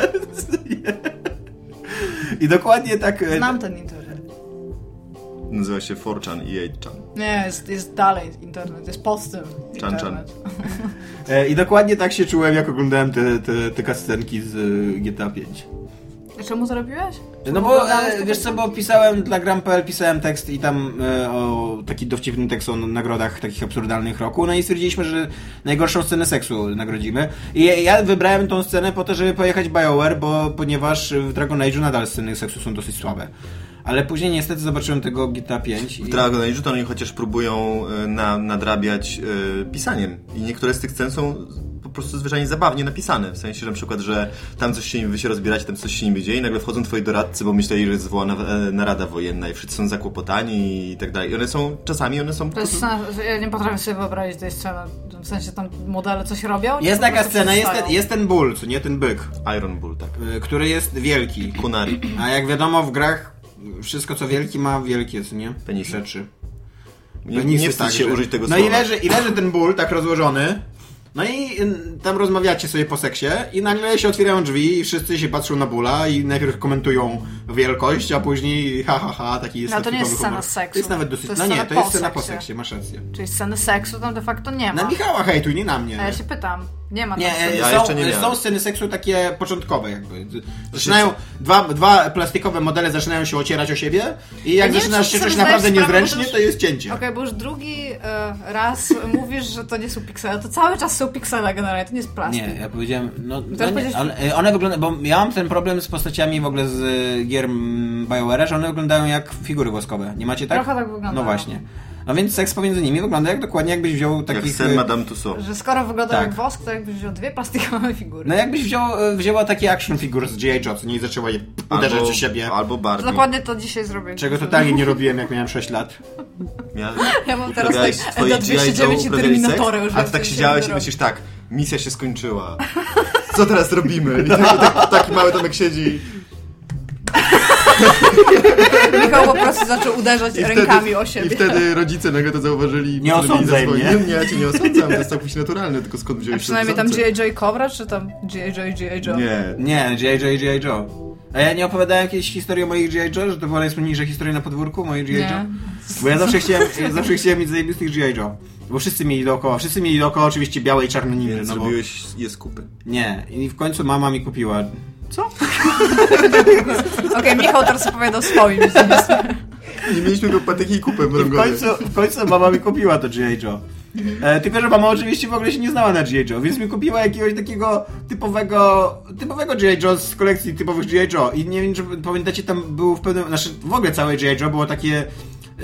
I dokładnie tak... e, Znam ten internet. Nazywa się 4chan i 8chan. Nie, jest, jest dalej internet, jest pod tym Chan, internet. E, I dokładnie tak się czułem, jak oglądałem te, te, te kascenki z e, GTA 5. Czemu to robiłeś? No bo e, wiesz co, bo pisałem dla Gram.pl, pisałem tekst i tam e, o taki dowcipny tekst o nagrodach takich absurdalnych roku, no i stwierdziliśmy, że najgorszą scenę seksu nagrodzimy. I ja- ja wybrałem tą scenę po to, żeby pojechać BioWare, bo ponieważ w Dragon Age'u nadal sceny seksu są dosyć słabe. Ale później niestety zobaczyłem tego GTA 5 i... W Dragon Age to oni chociaż próbują e, na, nadrabiać e, pisaniem. I niektóre z tych scen są po prostu zwyczajnie zabawnie napisane. W sensie, że na przykład, że tam coś się, wy się rozbieracie, tam coś się niby dzieje i nagle wchodzą twoi doradcy, bo myśleli, że jest zwołana e, narada wojenna i wszyscy są zakłopotani i tak dalej. I one są, czasami one są... po To jest prostu- scena, że ja nie potrafię sobie wyobrazić tej sceny. W sensie tam modele coś robią? czy Jest po taka prostu scena, jest ten, przystają? jest ten ból, co nie ten byk, Iron Bull, tak. y, który jest wielki. Kunari. A jak wiadomo, w grach wszystko co wielki ma wielkie, co nie? Penisy. Rzeczy. Nie, Penisy, nie wstydź tak, się że- użyć tego no słowa. i leży, i leży ten ból tak rozłożony. No i y, tam rozmawiacie sobie po seksie i nagle się otwierają drzwi i wszyscy się patrzą na bóla i najpierw komentują wielkość, a później ha ha ha, taki jest No to nie typowy jest scena humor. seksu. To jest nawet dosyć... To jest no nie, scena to jest po scena po seksie. seksie, masz rację. Czyli sceny seksu tam de facto nie ma. Na Michała hejtuj, nie na mnie. A ja się pytam. Nie ma tak. Nie, tam e, sceny. Ja są, jeszcze nie miałem. są sceny seksu takie początkowe jakby. Zaczynają, dwa, dwa plastikowe modele zaczynają się ocierać o siebie i jak nie wiem, zaczynasz czy się sobie czuć zdajesz naprawdę sprawę, niezręcznie, bo to to jest cięcie. Okej, bo już drugi e, raz mówisz, że to nie są piksele. To cały czas są piksele generalnie, to nie jest plastik. Nie, ja powiedziałem, no, no Teraz nie, powiedziałeś- ale, y, one wyglądają, bo ja mam ten problem z postaciami w ogóle z y, gier mm, BioWare'a, że one wyglądają jak figury woskowe, nie macie tak? Trochę tak wyglądają. No właśnie. No więc seks pomiędzy nimi wygląda jak dokładnie jakbyś wziął Jak takich... sen y, Madame Tussauds. Że skoro wygląda Tak. jak wosk, to jakbyś wziął dwie plastikowe figury. No jakbyś wziął, y, wzięła takie action figure z G.I. Joe, co nie i zaczęła je uderzać w siebie, Albo Barbie. Dokładnie to dzisiaj zrobię. czego totalnie nie robiłem jak miałem 6 lat. Ja, Ja mam teraz uprawiałeś tak swoje Eda G.I. Joe, 209 i uprawiałeś Terminatory seks, już, A więc ty tak to się siedziałeś i robi. myślisz tak, misja się skończyła. Co teraz robimy? I tak, tak, taki mały Tomek siedzi. Michał po prostu zaczął uderzać I rękami wtedy, o siebie. I wtedy rodzice nagle to zauważyli. i Nie postanowili osądzaj zadzwonić. mnie. Nie, nie, ja cię nie osądzam, to jest całkowicie naturalne, tylko skąd wziąłeś A te przynajmniej tam wzorce? G.I. Joe Cobra, czy tam G.I. Joe, Joe? Nie. Nie, G.I. Joe, G.I. Joe. A ja nie opowiadałem kiedyś historii o moich G.I. Joe, że to była najsłynniejsza historia na podwórku moich G.I. Nie. Joe? Bo ja zawsze chciałem, ja zawsze chciałem mieć zajebistych G.I. Joe. Bo wszyscy mieli dookoła, wszyscy mieli dookoła oczywiście białe i czarne ninja, Więc no bo... zrobiłeś je z kupy. Nie, i w końcu mama mi kupiła. Okej, Michał teraz opowiadał swoim. Nie mieliśmy go patyki i kupę I w mrągowej. końcu, w końcu mama mi kupiła to G.I. Joe. E, tylko, że mama oczywiście w ogóle się nie znała na G.I. Joe, więc mi kupiła jakiegoś takiego typowego, typowego G.I. Joe z kolekcji typowych G.I. Joe. I nie wiem, czy pamiętacie, tam było w pewnym, znaczy w ogóle całe G.I. Joe było takie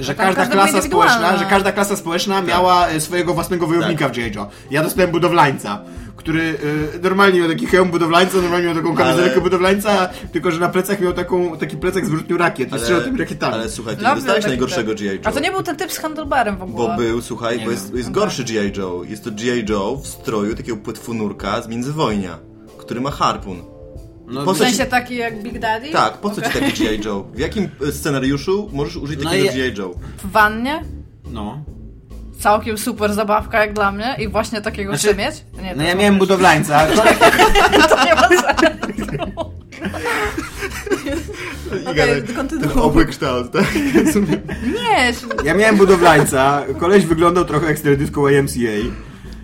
że tam każda każda była klasa społeczna, indywidualna. że każda klasa społeczna Tak. miała e, swojego własnego wojownika w G.I. Joe. Ja dostałem budowlańca, który e, normalnie miał taki hełm budowlańca, normalnie miał taką kamizelkę Ale- budowlańca, tylko że na plecach miał taką, taki plecak z wrzutnią rakiet i Znaczy strzelał tymi rakietami. ale słuchaj, ty nie Lubię dostałeś takie najgorszego te- G.I. Joe. tak, A to nie był ten typ z handlbarem w ogóle. Bo był, słuchaj, Nie bo jest, wiem. jest gorszy G.I. Joe. Jest to G.I. Joe w stroju takiego płetwonurka z międzywojnia, który ma harpun. No, po W co ci- sensie taki jak Big Daddy? Tak, po co ci Okej. taki G.I. Joe? W jakim e, scenariuszu możesz użyć No takiego i- G.I. Joe? W wannie? no. Całkiem super zabawka jak dla mnie i właśnie takiego Znaczy- chcę mieć? Nie, no ja miałem budowlańca, to nie ma sensu. Okej, Ten kontynuuj. obły kształt, tak? Nie, ja miałem budowlańca, koleś wyglądał trochę jak Y stereodysko YMCA.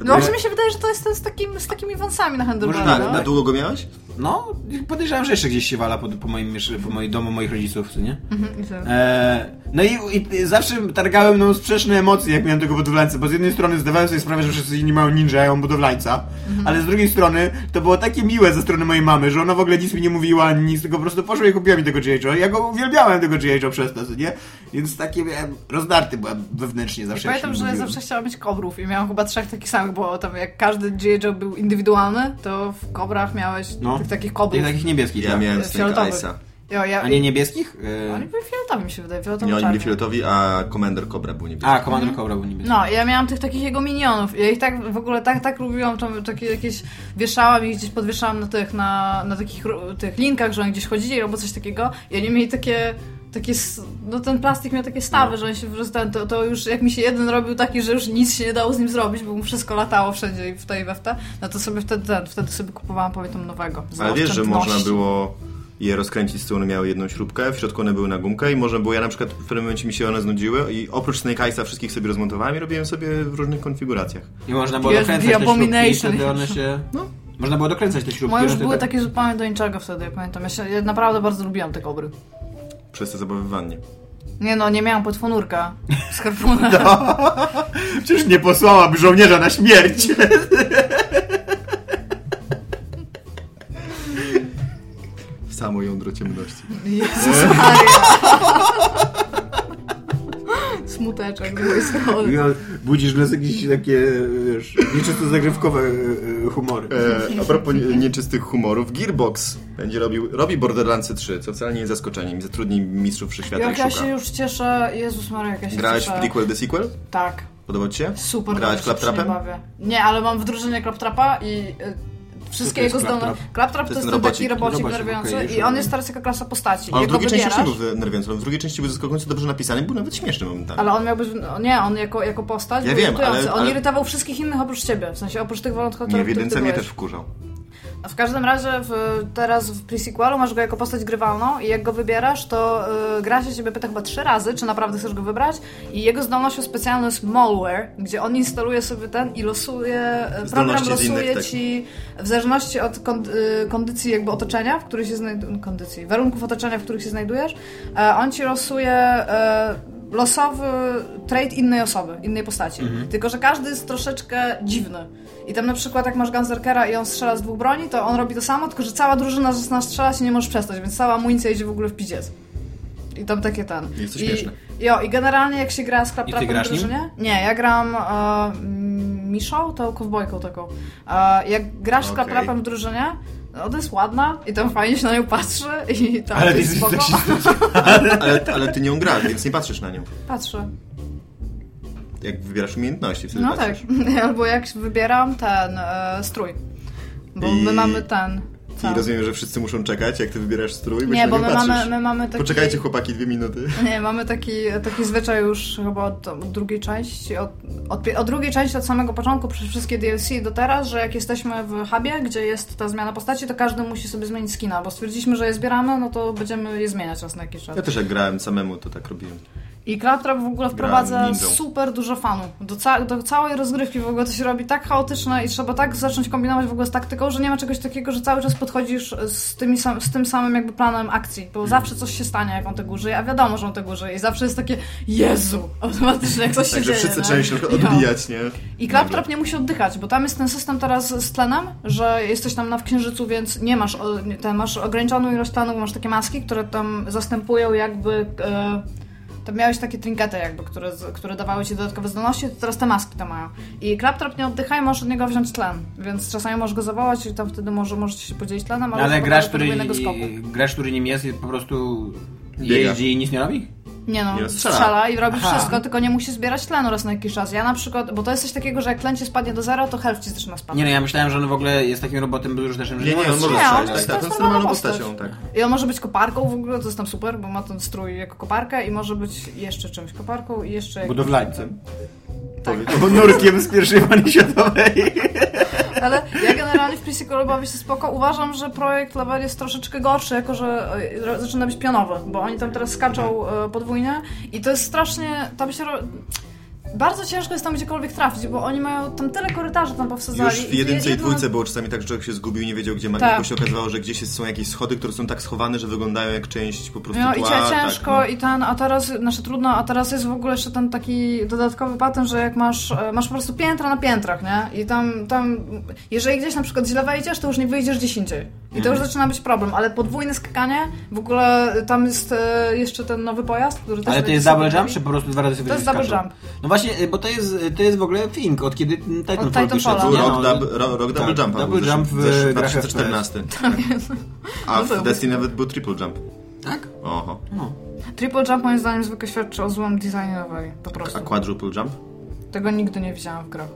no właśnie mi się wydaje, że to jest ten z, takim, z takimi wąsami na handlbarze. Może Tak, no. na długo go miałeś? No, podejrzewam, że jeszcze gdzieś się wala po, po moim miesz- po moim domu moich rodziców, co nie? Mhm, i co? Eee, no i, i zawsze targałem mną sprzeczne emocje, jak miałem tego budowlańca, bo z jednej strony zdawałem sobie sprawę, że wszyscy inni mają ninja, ja mam budowlańca, Mhm. ale z drugiej strony to było takie miłe ze strony mojej mamy, że ona w ogóle nic mi nie mówiła, ani nic, tylko po prostu poszła i kupiła mi tego G.I. Joe. Ja go uwielbiałem, tego G.I. Joe przez to, co nie? Więc taki miałem, rozdarty byłem wewnętrznie zawsze. jak się Pamiętam, że mówiłem. zawsze chciałam mieć kobrów i miałam chyba trzech takich samych, bo tam jak każdy G.I. Joe był indywidualny, to w kobrach miałeś No. tych takich Tych kobrów. takich niebieskich, Ja tak? miałem Snake Fioletowy. Eyes'a. Jo, ja, A nie niebieskich? Eee, Oni byli fioletowi, mi się wydaje, Nie, oni byli fioletowo-czarni. fioletowi, a Commander Cobra był niebieski. A, Commander Cobra był niebieski. No, ja miałam tych takich jego minionów. Ja ich tak w ogóle tak, tak lubiłam, tam takie jakieś wieszałam i gdzieś podwieszałam na tych, na, na takich ru- tych linkach, że oni gdzieś chodzili albo coś takiego. I oni mieli takie. Takie, s- no ten plastik miał takie stawy, No. że on się wyrzucał, to, to już jak mi się jeden robił taki, że już nic się nie dało z nim zrobić, bo mu wszystko latało wszędzie i w tej we w te, no to sobie wtedy, ten, wtedy sobie kupowałam pamiętam nowego. Z Ale wiesz, że oszczędności. można było je rozkręcić z tyłu, one miały jedną śrubkę, w środku one były na gumkę i można było, ja na przykład w pewnym momencie mi się one znudziły i oprócz Snake Eyesa wszystkich sobie rozmontowałem i robiłem sobie w różnych konfiguracjach. I można było Jest dokręcać The te śrubki, i Abomination. wtedy one się... No. Można było dokręcać te śrubki. Moje już one były tak- takie zupełnie do niczego wtedy, ja pamiętam. Ja, się, ja naprawdę bardzo lubiłam te kobry. Przez te zabawy w wannie. Nie no, nie miałam płetwonurka z harpuna. Przecież nie posłałaby żołnierza na śmierć. W Samo jądro ciemności. Jezus Maria. Smuteczek z mojej strony. Budzisz w nas jakieś takie, wiesz, nieczysto zagrywkowe e, e, humory. E, a propos nie- nieczystych humorów, Gearbox będzie robił, robi Borderlands 3, co wcale nie jest zaskoczeniem. Zatrudni mistrzów wszechświata Jak jak ja szuka. się już cieszę, Jezus Maria, jak ja się tak Grałeś w cieszę. prequel The Sequel? Tak, Podobał ci się? super. Grałeś dobrze się Claptrapem? przy nim bawię. Nie, ale mam w drużynie Claptrapa i y, to wszystkie jest jego zdolności. Claptrap? Claptrap to To jest jest ten robocik. taki robocik Robocik, nerwiący okej, już i on rozumiem. jest teraz jako klasa postaci. Ale w Jego drugiej części już nie wybierasz. był nerwiący, on w drugiej części był zaskakująco dobrze napisany, był nawet śmieszny momentami. Ale on miał być. No nie, on jako, jako postać. Ja był wiem, irytujący. ale- On ale- irytował wszystkich innych oprócz ciebie. W sensie oprócz tych wątków, Nie, w jedynce mnie też wkurzał. A W każdym razie w, teraz w pre-sequelu masz go jako postać grywalną i jak go wybierasz, to y, gra się ciebie pyta chyba trzy razy, czy naprawdę chcesz go wybrać i jego zdolnością specjalną jest malware, gdzie on instaluje sobie ten i losuje, y, program Zdolności z losuje innych, tak. ci w zależności od kon- y, kondycji jakby otoczenia, w których się znajdujesz, kondycji, warunków otoczenia, w których się znajdujesz, e, on ci losuje e, losowy trait innej osoby, innej postaci. Mhm. Tylko, że każdy jest troszeczkę dziwny. I tam na przykład jak masz Ganzerkera i on strzela z dwóch broni, to on robi to samo, tylko że cała drużyna zaczyna strzelać i nie możesz przestać, więc cała amunicja idzie w ogóle w pidziec. I tam takie ten. Jest to I, śmieszne. Jo, i generalnie jak się gra z Claptrapem grasz w drużynie... Nie, ja gram e, mm, Miszą, tą kowbojką taką. E, jak grasz z Okej. Claptrapem w drużynie, no to jest ładna i tam fajnie się na nią patrzy i tam Ale to ty jest jesteś spoko. tak się... Ale, ale ty nią grasz, więc nie patrzysz na nią. Patrzę. Jak wybierasz umiejętności, wtedy No tak. patrzysz. Albo jak wybieram ten e, strój. Bo I- my mamy ten. I co? rozumiem, że wszyscy muszą czekać, jak ty wybierasz strój, bo tak. Nie, się bo na my nią patrzysz. mamy, my mamy taki... Poczekajcie chłopaki dwie minuty. Nie, mamy taki, taki zwyczaj już chyba od, od drugiej części, od, od, pi- od drugiej części, od samego początku, przez wszystkie DLC do teraz, że jak jesteśmy w hubie, gdzie jest ta zmiana postaci, to każdy musi sobie zmienić skina, bo stwierdziliśmy, że je zbieramy, no to będziemy je zmieniać raz na jakiś czas. Ja też jak grałem samemu, to tak robiłem. I Claptrap w ogóle wprowadza ninją. super dużo fanu. Do, ca- do całej rozgrywki w ogóle to się robi tak chaotyczne i trzeba tak zacząć kombinować w ogóle z taktyką, że nie ma czegoś takiego, że cały czas podchodzisz z, tymi sam- z tym samym jakby planem akcji, bo Mhm. zawsze coś się stanie, jak on tego użyje, a wiadomo, że on tego użyje i zawsze jest takie Jezu! Automatycznie jak coś się Także dzieje. wszyscy no. zaczęli się Jo. odbijać, nie? I Claptrap nie musi oddychać, bo tam jest ten system teraz z tlenem, że jesteś tam na w księżycu, więc nie masz, o- nie- ten, masz ograniczoną ilość tlenu, bo masz takie maski, które tam zastępują jakby e, to miałeś takie trinkety jakby, które, z- które dawały ci dodatkowe zdolności, to teraz te maski to mają. I Claptrap nie oddycha i możesz od niego wziąć tlen, więc czasami możesz go zawołać i to wtedy może, możecie się podzielić tlenem, ale, No Ale już gracz potem do który, innego skoku. gracz, który nim jest, po prostu Biega. jeździ i nic nie robi? Nie no, Nie, strzela. strzela. i robi Aha. wszystko, tylko nie musi zbierać tlenu raz na jakiś czas. Ja na przykład, bo to jest coś takiego, że jak tlen ci spadnie do zera, to health ci zaczyna spadać. Nie no, ja myślałem, że on w ogóle jest takim robotem bezużytecznym, że Nie, nie, on może Nie, on strzelać, jest- tak, tak, to jest on jest normalną normalna postać. postacią, tak. I on może być koparką w ogóle, to jest tam super, bo ma ten strój jako koparkę i może być jeszcze czymś koparką i jeszcze... jakimś- budowlańcem. Tak. Albo nurkiem z pierwszej wojny światowej. Ale ja generalnie w Pisiku bawię się spoko. Uważam, że projekt Level jest troszeczkę gorszy, jako że e, ro- zaczyna być pionowy, bo oni tam teraz skaczą e, podwójnie i to jest strasznie... Tam się... Ro... Bardzo ciężko jest tam gdziekolwiek trafić, bo oni mają tam tyle korytarzy tam powsadzali. Już w ty jedynce i jedno- dwójce było czasami tak, że człowiek się zgubił i nie wiedział, gdzie ma. Tak. Tak. Bo się okazywało, że gdzieś jest- są jakieś schody, które są tak schowane, że wyglądają jak część po prostu No i tła. cię ciężko Tak, no. i ten, a teraz, znaczy trudno, a teraz jest w ogóle jeszcze ten taki dodatkowy patent, że jak masz, e, masz po prostu piętra na piętrach, nie? I tam, tam, jeżeli gdzieś na przykład źle wejdziesz, to już nie wyjdziesz gdzieś indziej. I to już Mhm. zaczyna być problem, ale podwójne skakanie, w ogóle tam jest e, jeszcze ten nowy pojazd, który też... Ale to będzie jest super double jump, robi. czy po prostu dwa razy sobie To jest skaczą? double jump. No właśnie, y, bo to jest, to jest w ogóle thing, od kiedy mm, Titanfall Titanfalla. wyszedł. Był Nie, rok, no, dub, ro, rok double tak, jumpa. double był jump zesz- w zeszły grach 2014. Tak. A No to w Destiny nawet był triple jump. Tak? Oho. No. Triple jump moim zdaniem zwykle świadczy o złym designowej, Tak, po prostu. A quadruple jump? Tego nigdy nie widziałam w grach.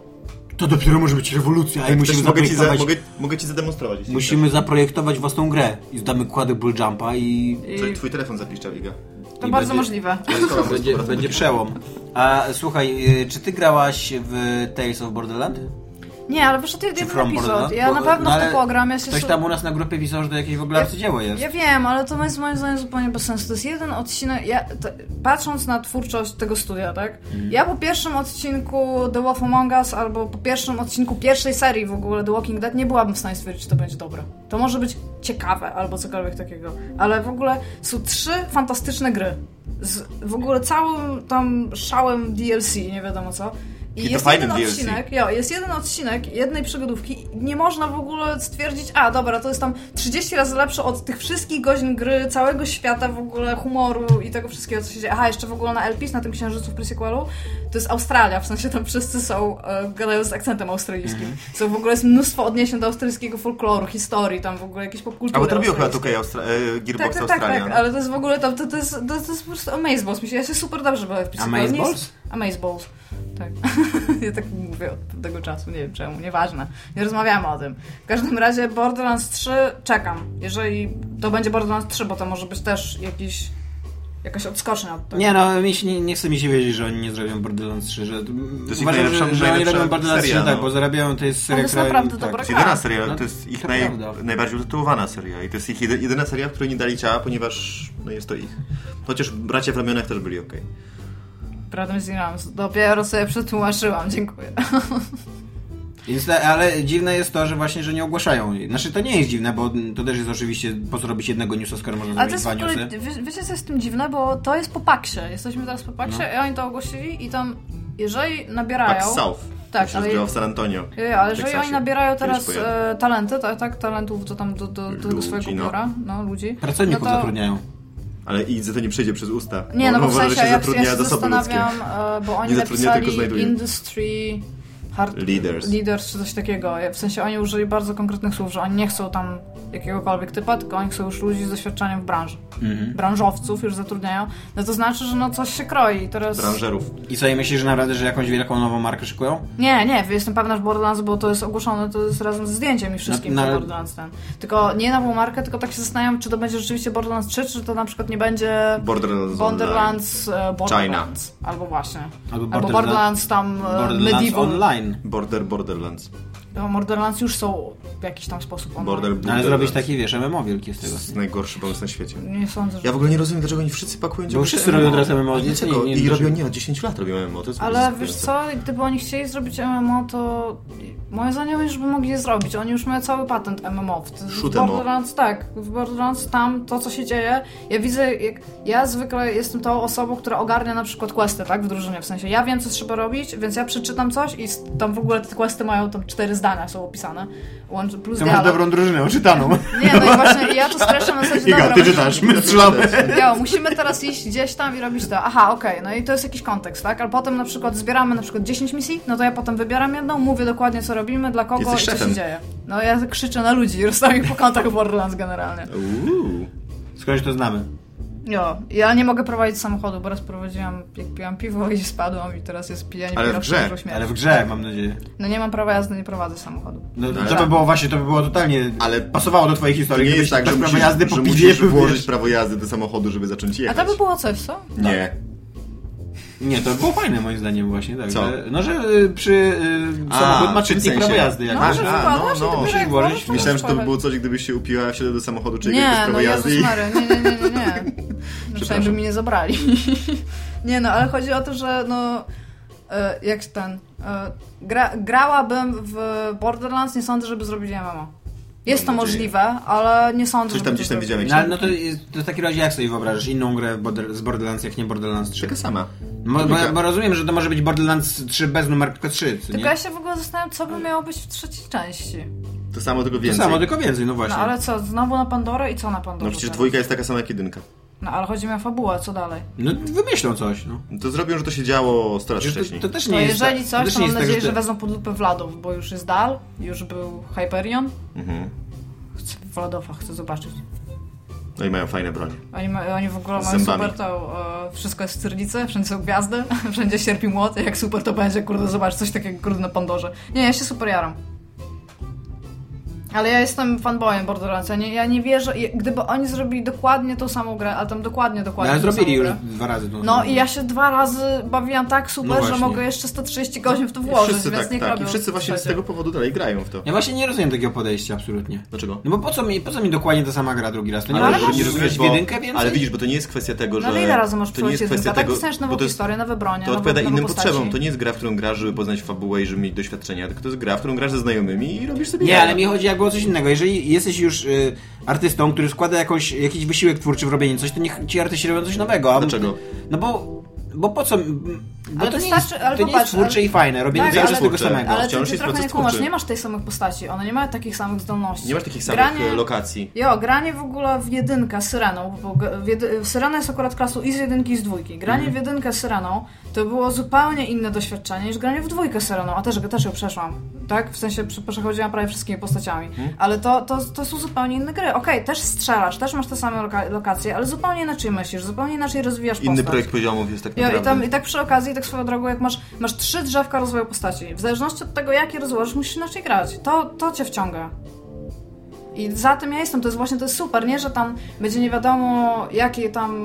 To dopiero może być rewolucja i Chcesz, musimy Tak mogę, ci za, zaprojektować, mogę, mogę ci zademonstruwać. jeśli musimy zaprojektować własną grę i zdamy kłady bull jumpa i chcesz. Coś- Twój telefon zapiszczał, Iga. To I bardzo będzie- możliwe. Kocham, będzie, po prostu będzie taki- przełom. A słuchaj, y, czy ty grałaś w Tales of Borderland? Nie, ale wyszedł Czy jeden From epizod. Borderland? Ja Bo- na pewno no, w ale to pogram. Ja się Ktoś su- tam u nas na grupie pisał, że to jakieś w ogóle arcydzieło jest. Ja wiem, ale to jest moim zdaniem zupełnie bez sensu. To jest jeden odcinek. Ja, t- patrząc na twórczość tego studia, tak? Ja po pierwszym odcinku The Wolf Among Us albo po pierwszym odcinku pierwszej serii w ogóle The Walking Dead nie byłabym w stanie stwierdzić, czy to będzie dobre. To może być ciekawe albo cokolwiek takiego. Ale w ogóle są trzy fantastyczne gry. Z w ogóle całym tam szałem DLC, nie wiadomo co. I to jest fajnym jeden DLC. odcinek, jo, jest jeden odcinek jednej przygodówki i nie można w ogóle stwierdzić, a dobra, to jest tam 30 razy lepsze od tych wszystkich godzin gry, całego świata w ogóle, humoru i tego wszystkiego, co się dzieje. Aha, jeszcze w ogóle na Elpis, na tym księżycu w prequelu, to jest Australia, w sensie tam wszyscy są, e, gadają z akcentem australijskim. Mhm. Co w ogóle jest mnóstwo odniesień do australijskiego folkloru, historii, tam w ogóle jakieś A popkultury bo to robiło chyba australijskie. tutaj Austra- e, tak, Gearbox tak, tak, Australia. tak, no. ale to jest w ogóle tam, to, to, jest, to, to jest po prostu amazeballs, mi się, ja się super dobrze bawię w Prequelu. Nie jest- Amazeballs? Amazeballs. Tak. ja tak mówię od pewnego czasu, nie wiem czemu, nieważne. Nie rozmawiamy o tym. W każdym razie Borderlands 3 czekam. Jeżeli to będzie Borderlands 3, bo to może być też jakiś, jakaś odskocznia od tego. Nie no, mi się, nie, nie chce mi się wiedzieć, że oni nie zrobią Borderlands 3, że to jest uważam, ich najlepsza- że, że oni najlepsza robią Borderlands 3, seria, tak, no. bo zarabiają, to jest seria, jest która... naprawdę tak. dobra To jest jedyna Tak, seria, no, to jest ich to naj, prawda. najbardziej utytułowana seria i to jest ich jedy- jedyna seria, w której nie dali ciała, ponieważ no jest to ich. Chociaż bracia w ramionach też byli okej. Prawdę zginęłam. Dopiero sobie przetłumaczyłam, dziękuję. Więc, te- ale dziwne jest to, że właśnie, że nie ogłaszają. jej. Znaczy to nie jest dziwne, bo to też jest oczywiście, po co robić jednego newsa, skoro można Ale to zrobić jest w dwa ogóle, newsy. wie, wiecie co jest w tym dziwne, bo to jest po Paksie. Jesteśmy teraz po Paksie i oni to ogłosili i tam, jeżeli nabierają... Pax South. Tak, to się ale- rozgrywa w San Antonio. Ja, ja, ale jeżeli Teksasie. oni nabierają teraz Kiedyś pojadę. e, talenty, tak, tak, talentów do, tam, do, do, do tego Ludzi, swojego no. biura, no ludzi. Pracowników no to- zatrudniają. Ale i to nie przejdzie przez usta. Nie, no bo w uważa, że sensie się ja, zatrudnia ja się zasoby ludzkie. zastanawiam, e, bo oni Nie zatrudnia, tylko napisali znajduje. industry hard Leaders. leaders czy coś takiego. Ja- W sensie oni użyli bardzo konkretnych słów, że oni nie chcą tam jakiegokolwiek typa, tylko oni chcą już ludzi z doświadczeniem w branży. Mhm. Branżowców już zatrudniają. No to znaczy, że no coś się kroi. Teraz... Branżerów. I co, i myślisz, że naprawdę, że jakąś wielką nową markę szykują? Nie, nie, jestem pewna, że Borderlands, bo to jest ogłoszone, to jest razem z zdjęciem i wszystkim, No, no, no, ale- Borderlands ten. Tylko nie nową markę, tylko tak się zastanawiam, czy to będzie rzeczywiście Borderlands 3, czy to na przykład nie będzie Borderlands Online. tak, Borderlands, e, Borderlands. albo właśnie. Albo Borderla- Borderlands, tam e, Borderlands Medieval. Online. Border Borderlands. No, Borderlands już są w jakiś tam sposób online. Border No, Ale Borderlands. zrobić taki, wiesz, MMO wielki z tego. To jest najgorszy pomysł na świecie. Nie sądzę, że... Ja w ogóle nie rozumiem, dlaczego oni wszyscy pakują Bo wszyscy robią teraz MMO, Ale nie- Dlaczego? nie- I nie- robią, nie, od 10 lat robią MMO. To jest Ale bardzo wiesz zaskakujące. co, gdyby oni chcieli zrobić MMO, to moim zdaniem już by mogli je zrobić. Oni już mają cały patent MMO. W, w Shoot 'em up. Borderlands tak, w Borderlands tam to co się dzieje, ja widzę, jak, ja zwykle jestem tą osobą, która ogarnia na przykład questy, tak, w drużynie, w sensie ja wiem co trzeba robić, więc ja przeczytam coś i s- tam w ogóle te questy mają tam cztery zdania są opisane. Łącz, plus To masz dialog. dobrą drużynę, oczytaną. Nie, no i właśnie ja to streszczam na zasadzie Iga, dobra, ty musimy- czytasz, my strzelamy. Jo, musimy teraz iść gdzieś tam i robić to. Aha, okej, no i to jest jakiś kontekst, tak? Ale potem na przykład zbieramy na przykład 10 misji, no to ja potem wybieram jedną, mówię dokładnie co robimy, dla kogo Jesteś i co szefem. się dzieje. No ja krzyczę na ludzi i rozstawię ich po kątach w Borderlands generalnie. Uuu. Skądś to znamy. Jo, ja nie mogę prowadzić samochodu, bo raz prowadziłam, jak piłam piwo i spadłam i teraz jest pijanie Ale w kierowcy, grze, dużo śmierci. Ale w grze, mam nadzieję. No nie mam prawa jazdy, nie prowadzę samochodu. No, Ale- to by było właśnie, to by było totalnie. Tak. Ale- Ale pasowało do twojej To historii. nie jest tak, że bez prawa musisz, jazdy po że piwie musisz był- włożyć prawo jazdy do samochodu, żeby zacząć A jechać. to by było coś, co? Nie. Nie, to było fajne moim zdaniem właśnie, tak. Co? Że, no, że y, przy y, A, samochód ma w tym czytnik sensie. prawo jazdy jakby. No, że a, wkładasz no, i no. dopiero jak Musisz włożyć. włożysz, to Myślałem, że to by wkładać. było coś, gdybyś się upiła, wsiadła do samochodu, czy jakiegoś Nie, prawo no jazdy Jezus i... Mary, nie, nie, nie, nie, nie. No, Przynajmniej by Przepraszam. mi nie zabrali. nie no, ale chodzi o to, że no... e, Jak ten... e, Gra, grałabym w Borderlands, nie sądzę, żeby zrobili MMO. Jest to Mam nadzieję. możliwe, ale nie sądzę, Coś żeby tam to gdzieś tam zrobili. widziałem. No, ale no to, jest- to w takim razie jak sobie wyobrażasz inną grę Border, z Borderlands jak nie Borderlands 3? Taka sama. Bo, bo, Druga. bo rozumiem, że to może być Borderlands 3 bez numer tylko 3, co Tylko nie? ja się w ogóle zastanawiam, co Tak. by miało być w trzeciej części. To samo, tylko To więcej. samo, tylko więcej, no No właśnie. ale co, znowu na Pandorę i co na Pandorę? No przecież teraz? dwójka jest taka sama jak jedynka. No ale chodzi mi o fabułę, co dalej? No wymyślą coś, no. To zrobią, że to się działo 100 razy Że To, wcześniej. to też No nie jest jeżeli tak- coś, też to nie mam jest tak, nadzieję, że że to- wezmą pod lupę Wladów, bo już jest Dal, już był Hyperion. Mhm. Chcę, Wladowa chcę zobaczyć. No i mają fajne bronie. Oni, ma, oni w ogóle Z mają zębami. super to, e, wszystko jest w cyrlicy, wszędzie są gwiazdy, wszędzie sierpi młot, jak super to będzie, kurde, zobacz, coś takiego kurde na Pandorze. Nie, ja się super jaram. Ale ja jestem fanboyem Borderlands, ja nie, ja nie wierzę, i- gdyby oni zrobili dokładnie tą samą grę, a tam dokładnie, No, dokładnie ale tą samą zrobili już grę. dwa razy. tą No samą i ja się dwa razy bawiłam tak super, No że właśnie. mogę jeszcze 130 godzin w to włożyć, wszyscy więc tak, niech tak. robią. I wszyscy właśnie z trzecie. tego powodu dalej grają w to. Ja właśnie nie rozumiem takiego podejścia, absolutnie. Dlaczego? No bo po co mi, po co mi dokładnie ta sama gra drugi raz? To nie Ale No ale właśnie. nie rozumieć w jedynkę więcej? ale widzisz, bo to nie jest kwestia tego, że... No ale ile razy możesz to nie przechodzić jest jedynkę? kwestia Tak tego, dostajesz bo nową to jest historię, nowe bronie, To nowe, odpowiada nowe innym postaci. potrzebom. To nie jest gra, w którą grasz, żeby poznać fabułę i żeby mieć doświadczenia, tylko to jest gra, w którą grasz ze znajomymi i robisz sobie Nie, jaja. ale mi chodzi jakby o coś innego. Jeżeli jesteś już y, artystą, który składa jakąś, jakiś wysiłek twórczy w robieniu coś, to niech ci artyści robią coś nowego. A Dlaczego? No bo, bo po co... Bo Ale to, nie wystarczy- jest, ale to nie jest popatrz, twórcze ale- i fajne, robienie Tak, cały czas ale- tego twórcze. samego. Ale Wciąż ty, ty jest trochę nie proces kumasz, twórczy. nie masz tej samych postaci, one nie mają takich samych zdolności. Nie masz takich samych e, lokacji. Jo, granie w ogóle w jedynkę z Syreną, bo g- w jedy... Syrena jest akurat klasą i z jedynki i z dwójki. Granie Mhm. w jedynkę z Syreną to było zupełnie inne doświadczenie niż granie w dwójkę z Syreną, a też, też ją przeszłam, tak? W sensie prze- przechodziłam prawie wszystkimi postaciami, Mhm. ale to, to, to są zupełnie inne gry. Okej, też strzelasz, też masz te same loka lokacje, ale zupełnie inaczej myślisz, zupełnie inaczej rozwijasz postać. Inny projekt poziomów jest tak Ja, i, naprawdę. tam, I tak przy okazji, tak swoją drogą, jak masz, masz trzy drzewka rozwoju postaci. W zależności od tego, jak je rozłożysz, musisz inaczej grać. To, to cię wciąga. I za tym ja jestem, to jest właśnie to jest super, nie? Że tam będzie nie wiadomo, jakie tam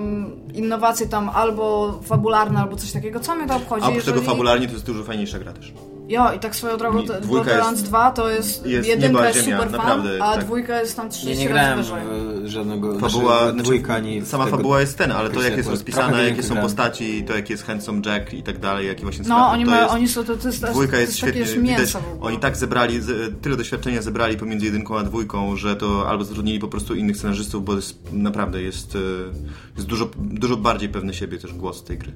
innowacje tam albo fabularne, albo coś takiego. Co mnie to obchodzi? A oprócz tego jeżeli- fabularnie to jest dużo fajniejsza gra też. Jo, i tak swoją drogą, Nie, to- dwójka Borderlands jest- 2 to jest, jest nieba, jedynka jest ziemia, super fan, naprawdę, a tak. dwójka jest tam Nie, 30 nie razy grałem wyżej. w e, żadnego... Fabuła, znaczy, znaczy, dwójka, ani w sama tego- fabuła jest ten, ale to jak jest Trochę rozpisane, mniej jakie są grałem. postaci, to jak jest Handsome Jack i tak dalej, jakie właśnie No, sprawy, oni, to mają, jest... oni są, to, to jest, Dwójka to jest jest takie świetnie, już widać, mięso w ogóle. oni tak zebrali, z, tyle doświadczenia zebrali pomiędzy jedynką a dwójką, że to albo zatrudnili po prostu innych scenarzystów, bo jest, naprawdę jest, e, jest dużo, dużo bardziej pewny siebie też głos tej gry.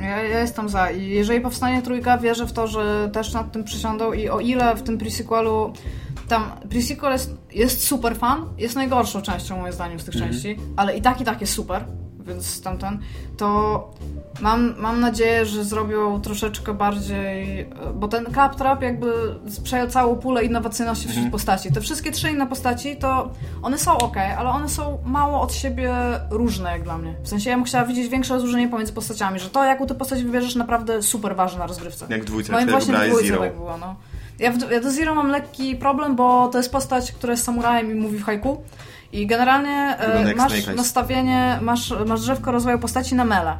Ja, ja jestem za. I jeżeli powstanie trójka, wierzę w to, że też nad tym przysiądą i o ile w tym prequelu tam prequel jest, jest super fan, jest najgorszą częścią moim zdaniem z tych części, ale i tak i tak jest super, więc tamten, to mam, mam nadzieję, że zrobią troszeczkę bardziej, e, bo ten Claptrap jakby przejął całą pulę innowacyjności wśród postaci. Te wszystkie trzy inne postaci, to one są ok, ale one są mało od siebie różne jak dla mnie. W sensie ja bym chciała widzieć większe rozróżnienie pomiędzy postaciami, że to jaką ty postać wybierzesz naprawdę super ważne na rozgrywce. Jak w dwójce, Moim jak właśnie w wybrałeś dwójce Zero. tak było, no. Ja, w, ja do Zero mam lekki problem, bo to jest postać, która jest samurajem i mówi w haiku. I generalnie Wygląda e, jak Snake masz Eyes. nastawienie, masz, masz drzewko rozwoju postaci na mele.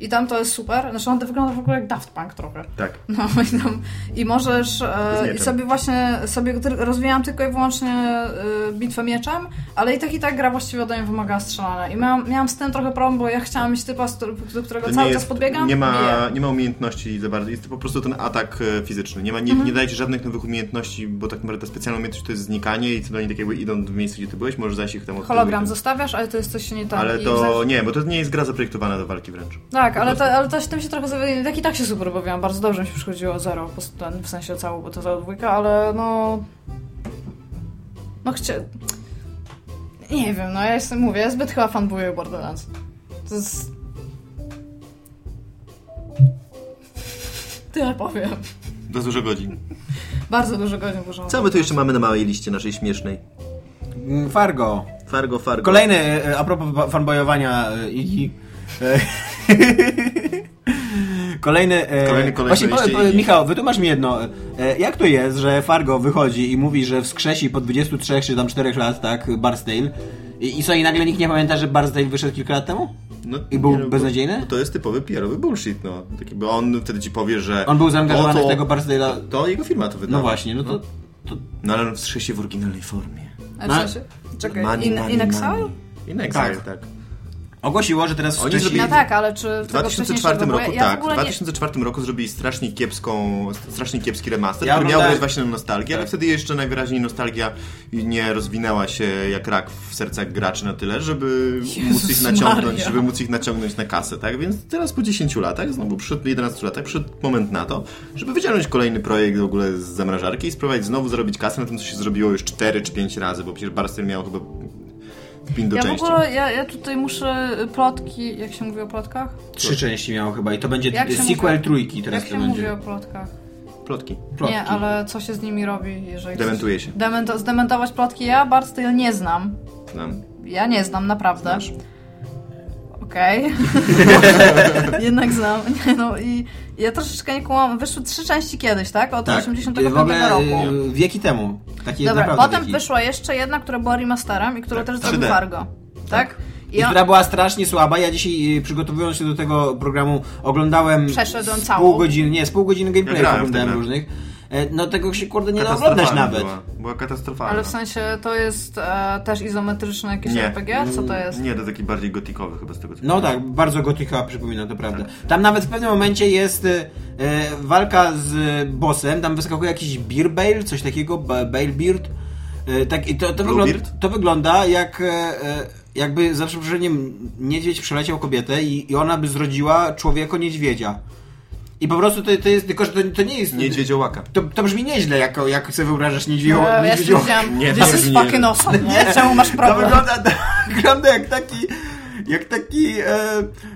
I tam to jest super. Znaczy on wygląda w ogóle jak Daft Punk trochę. Tak. No i, tam, i możesz. Z E, mieczem. I sobie właśnie sobie tr- rozwijałam tylko i wyłącznie e, bitwę mieczem, ale i tak i tak gra właściwie ode mnie wymaga strzelania. I miałam, miałam z tym trochę problem, bo ja chciałam mieć typa, z którego- do którego To cały nie czas jest- podbiegam. Nie ma, Biję. nie ma umiejętności za bardzo, jest to po prostu ten atak e, fizyczny. Nie, ma, Mhm. nie, nie daje ci żadnych nowych umiejętności, bo tak naprawdę ta specjalna umiejętność to jest znikanie i co do niej tak jakby idą w miejscu, gdzie ty byłeś, możesz zajść ich tam od tyłu i Hologram tam- zostawiasz, ale to jest coś nie tak. Ale I to w- nie, bo to nie jest gra zaprojektowana do walki wręcz. Tak, tak, ale, to, ale to, się- tym się trochę zawiedziłem. Tak i tak się super bawiłam, bardzo dobrze mi się przychodziło zero, po prostu ten, w sensie całą, bo to za dwójka, ale no... No chcę... Nie wiem, no ja jestem, mówię, ja zbyt chyba fanbuję Borderlands. To jest... Tyle powiem. Do dużo godzin. Bardzo dużo godzin użyłam. Co my tu jeszcze mamy na małej liście naszej śmiesznej? Mm, Fargo. Fargo, Fargo. Kolejny, e, a propos ba- fanboyowania e, Iggy. E, Kolejny, e, Kolejny koleś właśnie, na liście po- po- Iggy. Michał, wytłumacz mi jedno. E, jak to jest, że Fargo wychodzi i mówi, że wskrzesi po 23 czy tam 4 lat, tak, Barstale i, i co, i nagle nikt nie pamięta, że Barstale wyszedł kilka lat temu? No, I był nie, no, beznadziejny? Bo, bo to jest typowy PR-owy bullshit, no. Taki, bo on wtedy ci powie, że... On był zaangażowany o, No to- w tego Barstale'a. To jego firma to wydała. No właśnie, no to... to No ale on wstrze się w oryginalnej formie. A Na- E, w sensie... Czekaj, Money, in, money, in Exile? money. In Exile, Tak. tak. ogłosiło, że teraz Oni wskrzesi... zrobili- No tak, ale czy W 2004 roku, tak, w 2004 roku zrobili strasznie kiepską, strasznie kiepski remaster, Ja który miał oglądałem- być właśnie na nostalgię, ale Tak. wtedy jeszcze najwyraźniej nostalgia nie rozwinęła się jak rak w sercach graczy na tyle, żeby móc ich naciągnąć, Maria. żeby móc ich naciągnąć na kasę, tak? Więc teraz po 10 latach, znowu przed 11 latach, przyszedł moment na to, żeby wyciągnąć kolejny projekt w ogóle z zamrażarki i spróbować znowu zrobić kasę na tym, co się zrobiło już 4 czy 5 razy, bo przecież Barster miał chyba pin do Ja w części. ogóle, ja, ja tutaj muszę y, plotki, jak się mówi o plotkach? Trzy części miało chyba i to będzie Jak się sequel mówi- trójki, teraz Jak to się mówi będzie. o plotkach? Plotki. Plotki. Nie, ale co się z nimi robi, jeżeli... Dementuje się. Demento- zdementować plotki ja bardzo tego nie znam. Znam. Ja nie znam, naprawdę. Znasz. Okej. Jednak znam. Nie, no i ja troszeczkę nie kumam. Wyszły trzy części kiedyś, tak? Od Tak, 85 w ogóle roku. e, wieki temu. Takie Dobra, naprawdę potem wieki. wyszła jeszcze jedna, która była remasterem i która Tak, też 3D. zrobił Fargo. Tak? I która była strasznie słaba. Ja dzisiaj e, przygotowując się do tego programu oglądałem Przeszedłem z całą. pół godziny, nie, z pół godziny gameplayu grałem w oglądałem tę grę. różnych. E, No tego się kurde nie da Katastrofalna oglądać nawet. Była, była katastrofalna. Ale w sensie to jest e, też izometryczne jakieś Nie. RPG? Co to jest? Nie, to taki bardziej gotikowy chyba z tego typu. No tak, bardzo gotyka przypomina, to prawda. Tam nawet w pewnym momencie jest e, e, walka z bossem, tam wyskakuje jakiś beer bale, coś takiego, ba- bale beard. E, tak, i to, to, Blue wygląda, beard? to wygląda jak e, e, jakby za przeproszeniem niedźwiedź przeleciał kobietę i, i ona by zrodziła człowieka niedźwiedzia. I po prostu to, to jest, tylko że to, to nie jest... Niedźwiedziołaka. To, to brzmi nieźle, jak, jak sobie wyobrażasz niedźwiedzia. E, ja się niedźwiedzia- widziałam, Nie, this to is nie. fucking awesome. Nie, czemu masz to problem? wygląda, to wygląda jak taki, jak taki e,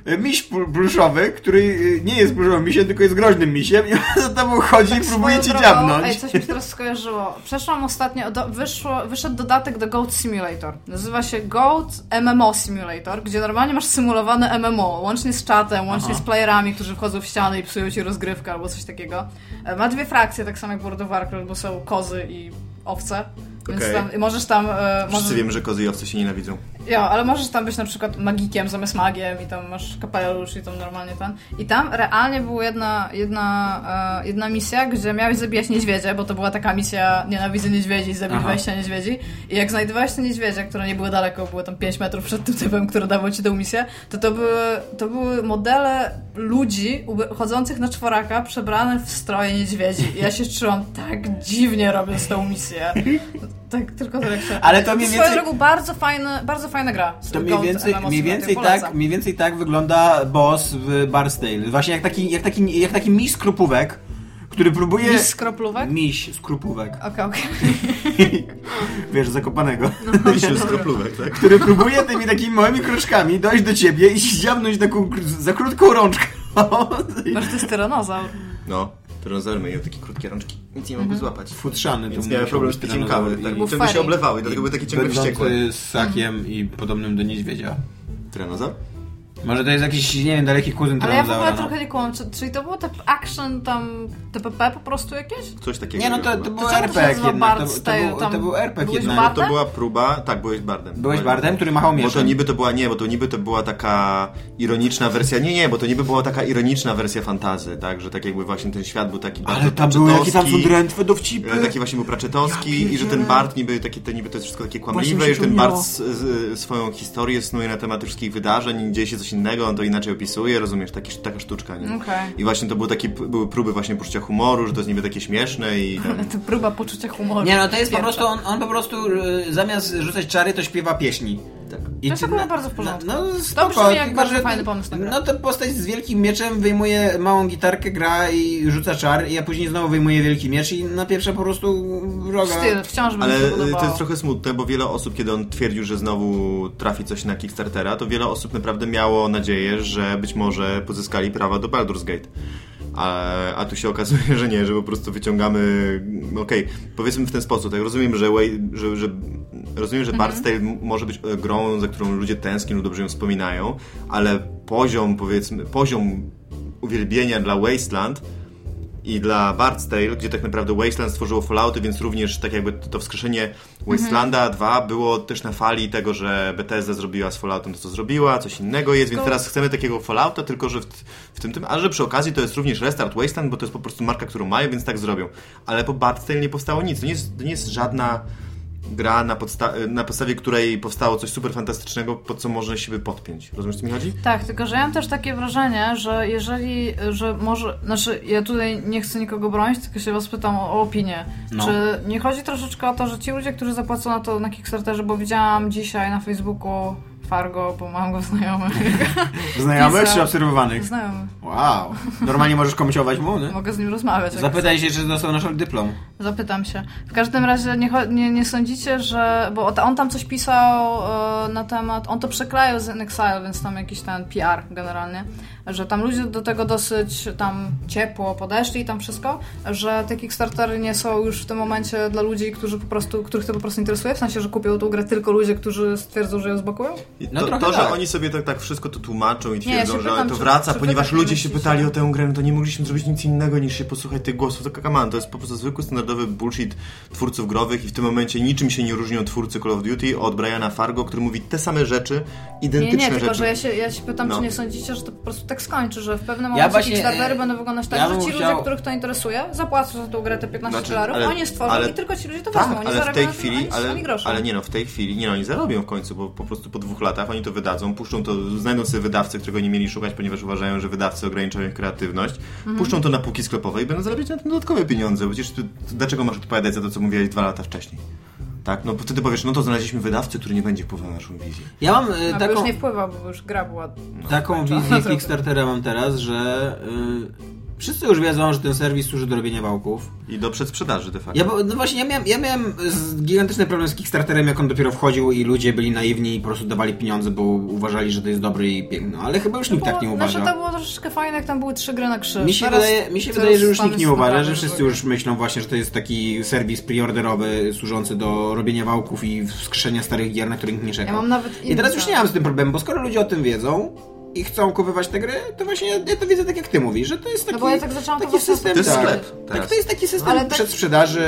e, miś pl- pluszowy, który e, nie jest pluszowym misiem, tylko jest groźnym misiem i on za tobą chodzi i próbuje cię Tak Swoją drogą, Ej, dziabnąć. coś mi się teraz skojarzyło. Przeszłam ostatnio, do, wyszło, wyszedł dodatek do Goat Simulator. Nazywa się Goat MMO Simulator, gdzie normalnie masz symulowane MMO, łącznie z czatem, łącznie z playerami, którzy wchodzą w ściany i psują ci rozgrywkę albo coś takiego. E, Ma dwie frakcje, tak samo jak World of Warcraft, bo są kozy i owce. Więc Okej. tam, i możesz tam... E, Wszyscy możesz, wiemy, że kozy i owce się nienawidzą. Ja, ale możesz tam być na przykład magikiem zamiast magiem i tam masz kapelusz i tam normalnie ten. I tam realnie była jedna, jedna, e, jedna misja, gdzie miałeś zabijać niedźwiedzie, bo to była taka misja nienawidzę niedźwiedzi, zabij Aha. 20 niedźwiedzi. I jak znajdowałeś te niedźwiedzie, które nie były daleko, były tam 5 metrów przed tym typem, który dawał ci tę misję, to to były, to były modele ludzi ube- chodzących na czworaka przebrane w stroje niedźwiedzi. I ja się czułam tak dziwnie robiąc tą misję. Tak, tylko tak się... Ale to mniej Swoją więcej- drogą bardzo, fajne, bardzo fajna gra. To mniej Goat więcej, MMO mniej, Simulator, więcej polecam. tak, mniej więcej tak wygląda boss w Barstale. Właśnie jak taki, jak taki, jak taki miś skrupówek, który próbuje... Miś skroplówek? Miś skrupówek. Okej, okej. Wiesz, zakopanego. No. Myślę, z kroplówek, tak? który próbuje tymi takimi małymi kroczkami dojść do ciebie i ściągnąć taką kr- za krótką rączkę. Masz to jest tyranozaur. No, tyranozaury mają takie krótkie rączki. Nic nie mogą Mhm. złapać. Futrzany. Więc to miałem musiał problem z być piciem tyranozaur kawy. i- Tak, Był wtedy się farik. oblewały, dlatego były takie ciągle Będący wściekłe. z sakiem i podobnym do niedźwiedzia. Tyranozaur? Może to jest jakiś, nie wiem, daleki kuzyn Ale ja w tyranozaura, ogóle no. trochę nie kłam. Czy, czyli to było te action tam, TPP po prostu jakieś? Coś takiego. Nie no, to, to chyba. był czemu to się RPG nazywa jednak. To, Bard's to, Tale? był, Tam to był RPG byłeś jednak. No, to Bartem? była próba... Tak, byłeś Bardem. Byłeś Bartem, który machał Bo to mieczem. niby to była, nie, bo to niby to była taka ironiczna wersja, nie, nie, bo to niby była taka ironiczna wersja fantazy, tak, że tak jakby właśnie ten świat był taki bardzo Ale tam były jakieś tam pratczystowski. fundrętwe dowcipy. E, Taki właśnie był Praczetowski Ja i że ten pierdzielę. Bart niby, taki, to, niby to jest wszystko takie Właśnie mi kłamliwe się i że ten przypomniało. Bart s, z, e, swoją historię snuje na temat tych wszystkich wydarzeń, dzieje się coś innego, on to inaczej opisuje, rozumiesz, taki, taka sztuczka, nie? Okej. I właśnie to były takie p- były próby właśnie poczucia humoru, że to jest niby takie śmieszne i tam... To próba poczucia humoru. Nie no, to jest po Pierwsza. prostu, on, on po prostu y, zamiast rzucać czary, to śpiewa pieśni. tak. I To jest czy akurat na- bardzo w porzątku. No, no, To spoko, brzmi jak tylko, bardzo że- fajny pomysł na grę. No to postać z wielkim mieczem wyjmuje małą gitarkę, gra i rzuca czar, i a później znowu wyjmuje wielki miecz i na pierwsze po prostu wroga. Styl, wciąż bym Ale się y, podobało. to jest trochę smutne, bo wiele osób, kiedy on twierdził, że znowu trafi coś na Kickstartera, to wiele osób naprawdę miało nadzieję, że być może pozyskali prawa do Baldur's Gate. A, a tu się okazuje, że nie, że po prostu wyciągamy. mm, Okej, powiedzmy w ten sposób. Tak rozumiem, że, Way, że, że rozumiem, Mhm. że Bard's Tale m- może być e, grą, za którą ludzie tęsknią, dobrze ją wspominają, ale poziom, powiedzmy, poziom uwielbienia dla Wasteland i dla Bard's Tale, gdzie tak naprawdę Wasteland stworzyło Fallouty, więc również tak jakby to to wskrzeszenie Wastelanda 2 było też na fali tego, że Bethesda zrobiła z Falloutem to, co zrobiła, coś innego jest, więc Tylko- teraz chcemy takiego Fallouta, tylko że w, t- w tym tym, a że przy okazji to jest również Restart Wasteland, bo to jest po prostu marka, którą mają, więc tak zrobią. Ale po Bard's Tale nie powstało nic, to nie jest, to nie jest żadna gra, na, podsta- na podstawie której powstało coś super fantastycznego, po co można siebie podpiąć. Rozumiesz, co mi chodzi? Tak, tylko że ja mam też takie wrażenie, że jeżeli, że może, znaczy ja tutaj nie chcę nikogo bronić, tylko się was pytam o, o opinię. No. Czy nie chodzi troszeczkę o to, że ci ludzie, którzy zapłacą na to na Kickstarterze, bo widziałam dzisiaj na Facebooku Fargo, bo mam go znajomych. Znajomych Pisa. czy obserwowanych? Znajomych. Wow. Normalnie możesz komusiować mu, nie? Mogę z nim rozmawiać. jak Zapytaj się, czy dostał nasz dyplom. Zapytam się. W każdym razie nie, cho- nie, nie sądzicie, że. Bo ta- on tam coś pisał e, na temat. On to przeklejał z Exile, więc tam jakiś ten PR generalnie. Że tam ludzie do tego dosyć tam ciepło podeszli i tam wszystko. Że te Kickstartery nie są już w tym momencie dla ludzi, którzy po prostu, których to po prostu interesuje. W sensie, że kupią tą grę tylko ludzie, którzy stwierdzą, że ją zblokują. I No to, trochę to że tak. oni sobie tak, tak wszystko to tłumaczą i ja twierdzą, się że pytam, to czy- wraca, czy wy ponieważ tak ludzie się myślicie? pytali o tę grę, no to nie mogliśmy zrobić nic innego niż się posłuchać tych głosów. To kakaman, to jest po prostu zwykły, standardowy bullshit twórców growych i w tym momencie niczym się nie różnią twórcy Call of Duty od Briana Fargo, który mówi te same rzeczy, Nie, identyczne nie, tylko rzeczy. że ja się, ja się pytam, No. czy nie sądzicie, że to po prostu tak skończy, że w pewnym momencie właśnie, Kickstartery e, będą wyglądać tak, ja że bym ci chciał- ludzie, których to interesuje, zapłacą za tą grę te 15 Znaczy, dolarów, ale- oni je stworzą ale- i tylko ci ludzie to Tak, wezmą, No oni ale w zarabiają tej na tym chwili, ani, ale, ani grosza. ale nie no, w tej chwili, nie no, oni zarobią w końcu, bo po prostu po dwóch latach oni to wydadzą, puszczą to, znajdą sobie wydawcę, którego nie mieli szukać, ponieważ uważają, że wydawcy ograniczają ich kreatywność, Mhm. puszczą to na półki sklepowe i będą zarabiać na tym dodatkowe pieniądze, przecież ty, dlaczego masz odpowiadać za to, co mówiłeś dwa lata wcześniej? Tak, no bo wtedy powiesz, no to znaleźliśmy wydawcę, który nie będzie wpływał na naszą wizję. Ja mam e, No, bo taką, już nie wpływa, bo już gra była. taką wizję Kickstartera mam teraz, że y, wszyscy już wiedzą, że ten serwis służy do robienia wałków. I do przedsprzedaży de facto. Ja, bo- no właśnie, ja miałem, ja miałem z- gigantyczny problem z Kickstarterem, jak on dopiero wchodził i ludzie byli naiwni i po prostu dawali pieniądze, bo uważali, że to jest dobry i piękny. Ale chyba już nikt tak nie Było- znaczy, uważa. to było troszeczkę fajne, jak tam były trzy gry na krzyż. Mi się, Teraz- wydaje, mi się teraz wydaje, że już tam nikt nie jest uważa, naprawdę że wszyscy dużo. już myślą właśnie, że to jest taki serwis preorderowy służący do robienia wałków i wskrzeszenia starych gier, na których nikt nie czeka. Ja mam nawet I teraz inne. już nie mam z tym problemu, bo skoro ludzie o tym wiedzą i chcą kupować te gry, to właśnie ja, ja to widzę tak jak ty mówisz, że to jest taki, bo ja tak zaczęłam to taki właśnie system, To jest tak, sklep tak, teraz. to jest taki system Ale tak- przedsprzedaży.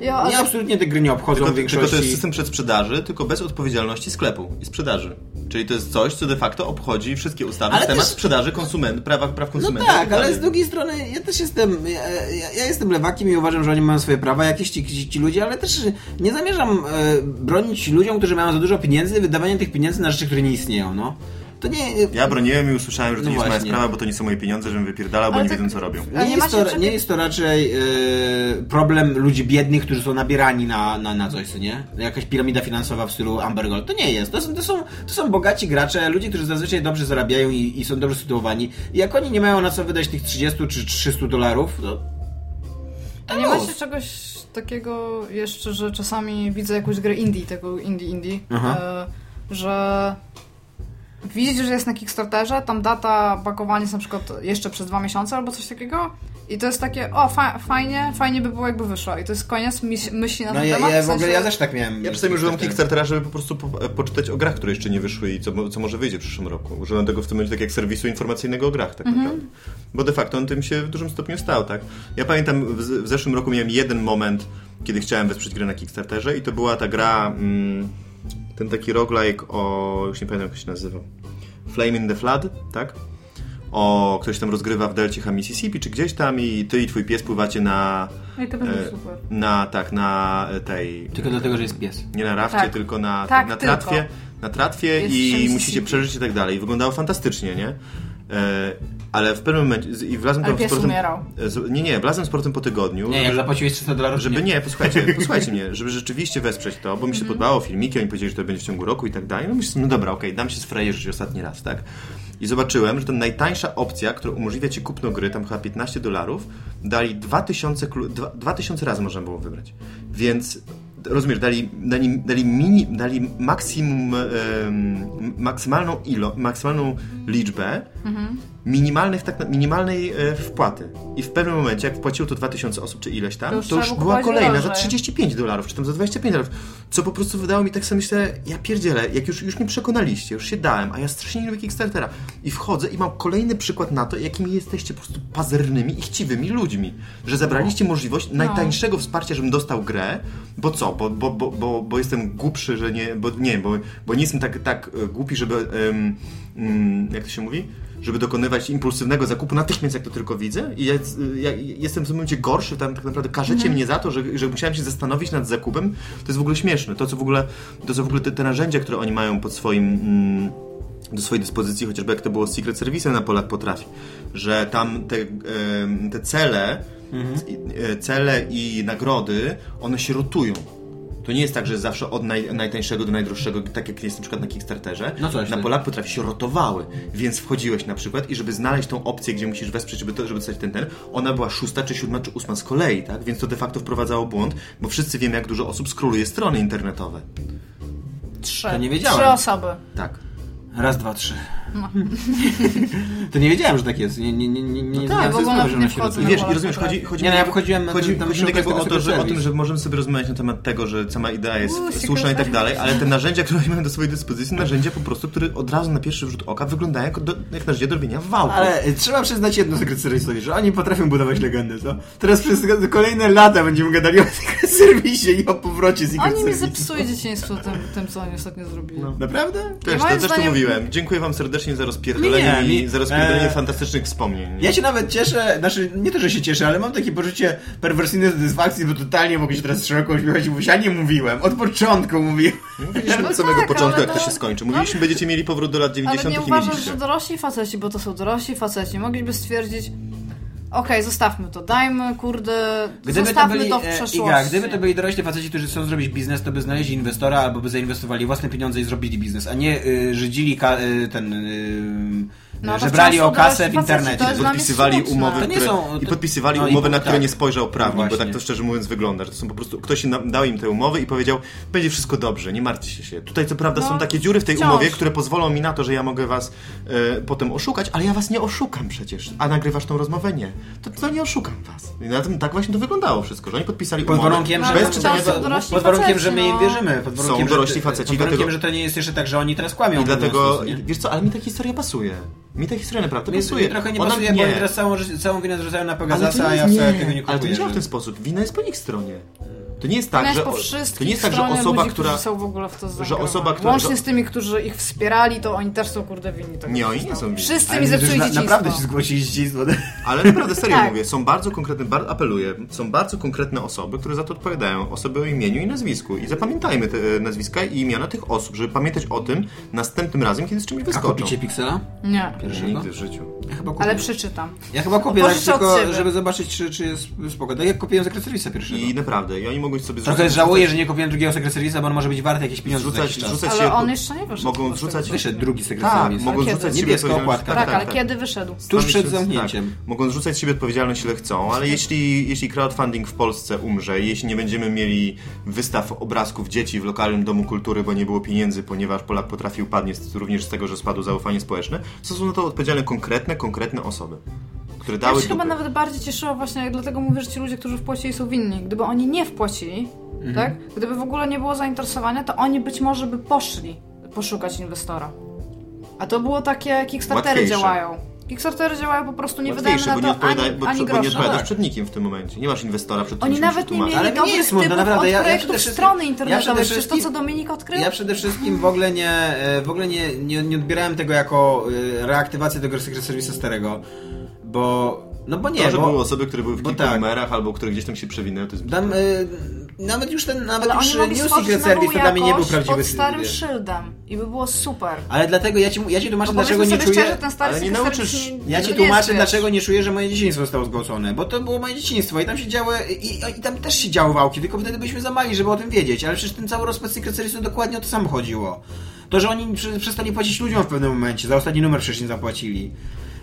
Ja- ale- Nie, absolutnie te gry nie obchodzą Tylko, w tylko to większości. jest system przedsprzedaży, tylko bez odpowiedzialności sklepu i sprzedaży. Czyli to jest coś, co de facto obchodzi wszystkie ustawy Ale na temat też- sprzedaży konsument, prawa, praw No konsumenta. i tak, ale dalej. z drugiej strony ja też jestem, ja, ja, ja jestem lewakiem i uważam, że oni mają swoje prawa, jakieś ci, ci, ci ludzie, ale też nie zamierzam e, bronić ludziom, którzy mają za dużo pieniędzy, wydawania tych pieniędzy na rzeczy, które nie istnieją, no. To nie... Ja broniłem i usłyszałem, że to No nie jest moja właśnie. sprawa, bo to nie są moje pieniądze, żebym wypierdalał, bo Ale nie tak- wiedzą co robią. A Nie, nie jest macie to, czego- nie jest to raczej e, problem ludzi biednych, którzy są nabierani na, na, na coś, co nie? Jakaś piramida finansowa w stylu Amber Gold. To nie jest. To są, to są, to są bogaci gracze, ludzie, którzy zazwyczaj dobrze zarabiają i, i są dobrze sytuowani. I jak oni nie mają na co wydać tych 30 czy 300 dolarów, to... A nie macie czegoś takiego jeszcze, że czasami widzę jakąś grę indie, tego indie indie, Aha. e, że widzisz, że jest na Kickstarterze, tam data pakowania jest na przykład jeszcze przez dwa miesiące albo coś takiego i to jest takie, o fa fajnie, fajnie by było jakby wyszła i to jest koniec myśl, myśli na No ten ja, temat. ja w w ogóle, sensie- ja też tak miałem. Ja czasami używam Kickstartera, żeby po prostu po, e, poczytać o grach, które jeszcze nie wyszły i co, mo- co może wyjdzie w przyszłym roku. Używam tego w tym momencie tak jak serwisu informacyjnego o grach, tak naprawdę. Bo de facto on tym się w dużym stopniu stał, tak? Ja pamiętam, w, z- w zeszłym roku miałem jeden moment, kiedy chciałem wesprzeć grę na Kickstarterze i to była ta gra, mm, ten taki roguelike o... już nie pamiętam jak się nazywał. Flame in the Flood, tak? O, ktoś tam rozgrywa w delcie ha Mississippi czy gdzieś tam i ty i twój pies pływacie na... I to będzie e, No, super. Na, tak, na e, tej... Tylko dlatego, że jest pies. Nie na rafcie, Tak. tylko na, Tak, na tylko. tratwie. Na tratwie Jest i czymś musicie z- przeżyć i tak dalej. Wyglądało fantastycznie, nie? E, ale w pewnym momencie... z- I wlazłem Ale tam pies z portem, umierał. z, nie, nie, wlazłem z portem po tygodniu. Nie, jak zapłaciłeś 300 dolarów, Żeby nie, posłuchajcie, posłuchajcie mnie, żeby rzeczywiście wesprzeć to, bo mi się podobało filmiki, oni powiedzieli, że to będzie w ciągu roku i tak dalej. No myślę, sobie, no dobra, okej, dam się sfrajerzyć ostatni raz, tak? I zobaczyłem, że ta najtańsza opcja, która umożliwia ci kupno gry, tam chyba 15 dolarów, dali 2000, klu- dwa- 2000 razy można było wybrać. Więc rozumiesz, dali, dali, dali, mini, dali maksimum, em, maksymalną ilo, maksymalną liczbę minimalnych, tak, na- minimalnej e, wpłaty. I w pewnym momencie, jak wpłaciło to 2000 osób, czy ileś tam, To już to już trzeba była kupować kolejna za drożej. 35 dolarów, czy tam za 25 dolarów. Co po prostu wydało mi tak sobie myślę, ja pierdzielę, jak już, już mnie przekonaliście, już się dałem, a ja strasznie nie lubię Kickstartera. I wchodzę i mam kolejny przykład na to, jakimi jesteście po prostu pazernymi i chciwymi ludźmi. Że zabraliście No. możliwość najtańszego wsparcia, żebym dostał grę, bo co? Bo, bo, bo, bo, bo jestem głupszy, że nie, bo nie, bo, bo nie jestem tak, tak e, głupi, żeby, em, mm, jak to się mówi? żeby dokonywać impulsywnego zakupu natychmiast, jak to tylko widzę. I ja, y, ja jestem w tym momencie gorszy, tam tak naprawdę karzecie mnie za to, że, że musiałem się zastanowić nad zakupem. To jest w ogóle śmieszne. To, co w ogóle, to, co w ogóle te, te narzędzia, które oni mają pod swoim. Mm, do swojej dyspozycji, chociażby jak to było z Secret Service na Polak potrafi, że tam te, em, te cele, Mhm. e, cele i nagrody, one się rotują. To nie jest tak, że zawsze od naj, najtańszego do najdroższego, tak jak jest na przykład na Kickstarterze. No coś, na tak. Polak potrafi się rotowały, więc wchodziłeś na przykład i żeby znaleźć tą opcję, gdzie musisz wesprzeć, żeby, to, żeby dostać ten, ten, ona była szósta, czy siódma, czy ósma z kolei, tak? Więc to de facto wprowadzało błąd, bo wszyscy wiemy, jak dużo osób skróluje strony internetowe. Trzy. To nie wiedziałem. Trzy osoby. Tak. Raz, dwa, trzy. No. to nie wiedziałem, że tak jest. Nie, nie, nie, nie, nie tak, zdałem bo sobie ona sprawy, że nie ona się wchodzą. I rozumie. wiesz, Polak i rozumiesz, potrafi. chodzi, chodzi, Nie, no ja wchodziłem na chodzi, ten- tam chodzi mi szukać takiego o, tego to, że, o serwisu. tym, że możemy sobie rozmawiać na temat tego, że sama idea jest Uuu, słuszna i tak secret dalej, ale te narzędzia, które mamy do swojej dyspozycji, narzędzia po prostu, które od razu na pierwszy rzut oka wyglądają jak, do, jak narzędzie do robienia wałku. Ale y, trzeba przyznać jedno Secret Service'owi, że oni potrafią budować legendę, co? Teraz przez kolejne lata będziemy gadali o Secret Service i o powrocie Secret Oni mi Service'u. zepsuje dzieciństwo tym, tym, co oni ostatnio zrobili. No Naprawdę? Też, to moim też to zdaniem- mówiłem. Dziękuję wam serdecznie za rozpierdolenie Nie, mi, mi- za rozpierdolenie e, fantastycznych wspomnień. Ja się nawet cieszę, znaczy nie to, że się cieszę, ale mam takie poczucie perwersyjnej satysfakcji, bo totalnie mogę się teraz szeroko uśmiechać, bo ja nie mówiłem, od początku mówiłem. Mówiliśmy No od samego tak, początku, ale jak to no- się skończy. Mówiliśmy, będziecie mieli powrót do lat Ale 90. nie i uważasz, mieliście. że dorośli faceci, bo to są dorośli faceci, mogliby stwierdzić okej, zostawmy to, dajmy, kurde, zostawmy to, w e, przeszłości. Iga, gdyby to byli dorośli faceci, którzy chcą zrobić biznes, to by znaleźli inwestora albo by zainwestowali własne pieniądze i zrobili biznes, a nie y, żydzili ka- y, ten... Y, No, to że brali wciąż o są kasę w dorośli faceci, internecie. to jest Znaczy, dla mnie podpisywali smutne. umowy, To nie które, są- i to- podpisywali no i umowy, na tak. które nie spojrzał prawnik, No bo tak właśnie. to szczerze mówiąc wygląda, że to są po prostu, ktoś nam, dał im tę umowę i powiedział, będzie wszystko dobrze, nie martwcie się. Tutaj co prawda No, są takie dziury w tej wciąż. umowie, które pozwolą mi na to, że ja mogę was e, potem oszukać, ale ja was nie oszukam przecież, a nagrywasz tą rozmowę? Nie. To, to nie oszukam was. I na tym tak właśnie to wyglądało wszystko, że oni podpisali Pod umowę. warunkiem, że, No, bez to czytania są dorośli pod warunkiem, faceci, że my im no. wierzymy. Pod warunkiem, Są dorośli że, faceci, Pod warunkiem, dlatego- że to nie jest jeszcze tak, że oni teraz kłamią. I dlatego, po prostu, nie? wiesz co, ale mi ta historia pasuje. Mi ta historia naprawdę Mnie pasuje. trochę nie Ona- pasuje, bo oni teraz całą, całą winę zrzucają na Ale to Pegazasa, nie a ja jest- wcale nie, tego nie kupuję. Ale to nie działa w że- ten sposób. Wina jest po ich stronie. To nie jest tak, Tak, że, po o- wszystkich to nie jest tak, że stronach osoba, ludzi, która... którzy są w ogóle w to zaangażowani. osoba, która- Łącznie z tymi, którzy ich wspierali, to oni też są kurde winni. Tego Nie, co oni się nie stało. są winni. Wszyscy Ale mi widzę, że zepsuli na- dzieciństwo. Naprawdę się zgłosili dzieciństwo. Ale naprawdę serio Tak. mówię, są bardzo konkretne, bar, apeluję, są bardzo konkretne osoby, które za to odpowiadają. Osoby o imieniu i nazwisku. I zapamiętajmy te e, nazwiska i imiona tych osób, żeby pamiętać o tym następnym razem, kiedy z czymś wyskoczą. Pixela? Nie, Pierwszego? Nigdy w życiu. Ja chyba kupię. ale przeczytam. Ja chyba kupię, tak, Pożyczę od tylko ciebie. żeby zobaczyć, czy, czy jest spoko. Tak jak kupiłem Secret Service'a pierwszego. I naprawdę, i oni mogą sobie Trochę żałuję, że nie kupiłem drugiego Secret Service'a, bo on może być wart jakieś pieniądze za Zrzucać, jakiś czas. zrzucać Ale się, on jeszcze nie wyszedł. mogą zrzucać- Wyszedł drugi Secret tak, Service. mogą Ale rzucać kiedy? siebie Niebieska odpowiedzialność- okładka. Tak, ale kiedy wyszedł? Tuż Tam przed się- zamknięciem. Tak, mogą zrzucać z siebie odpowiedzialność ile chcą, ale jeśli, jeśli crowdfunding w Polsce umrze, jeśli nie będziemy mieli wystaw obrazków dzieci w lokalnym domu kultury, bo nie było pieniędzy, ponieważ Polak potrafił padnie z, również z tego, że spadło zaufanie społeczne, to są na to odpowiedzialne konkretne, konkretne osoby, które Ja dały się chyba dupy. nawet bardziej cieszyła właśnie, jak dlatego mówię, że ci ludzie, którzy wpłacili są winni. Gdyby oni nie wpłacili, Mhm. tak? Gdyby w ogóle nie było zainteresowania, to oni być może by poszli poszukać inwestora. A to było takie, Kickstartery Łatwiejsze. działają. Kickstartery działają po prostu, nie wydajemy Łatwiejsze, bo nie, na to ani, odpowiada, bo, ani bo nie grosza. odpowiadasz tak. przed nikim w tym momencie. Nie masz inwestora, przed którym Oni się nawet nie tłumaczyć. mieli Ale mnie dobrych jest smutno, typów naprawdę, od ja- ja projektów przede wszystkim- strony ja internetowej. przede Przecież to, co wszystkim- Dominik odkrył, Ja przede wszystkim w ogóle nie, e, w ogóle nie, nie, nie odbierałem tego jako e, reaktywację tego Secret Service'a starego, bo No bo nie, to, że bo... były osoby, które były w bo kilku tak. numerach albo które gdzieś tam się przewinęły, to jest... Tam, y, nawet już ten, nawet Ale już oni mogli New stworzyć Secret nową Service to dla mnie nie był jakość prawdziwy pod starym Secret. szyldem i by było super. Ale dlatego ja ci, ja ci Bo tłumaczę, dlaczego powiedzmy nie sobie czuję... szczerze, ten stary ale nie Secret nauczysz- Service No nie- Ja ci nie tłumaczę, jest, wiesz. dlaczego nie czuję, że moje dzieciństwo zostało zgwałcone, bo to było moje dzieciństwo i tam się działy, i, i tam też się działy wałki, tylko wtedy byliśmy za mali, żeby o tym wiedzieć, ale przecież ten cały rozpad Secret Service dokładnie o to samo chodziło. To, że oni przy, przestali płacić ludziom w pewnym momencie, za ostatni numer przecież nie zapłacili.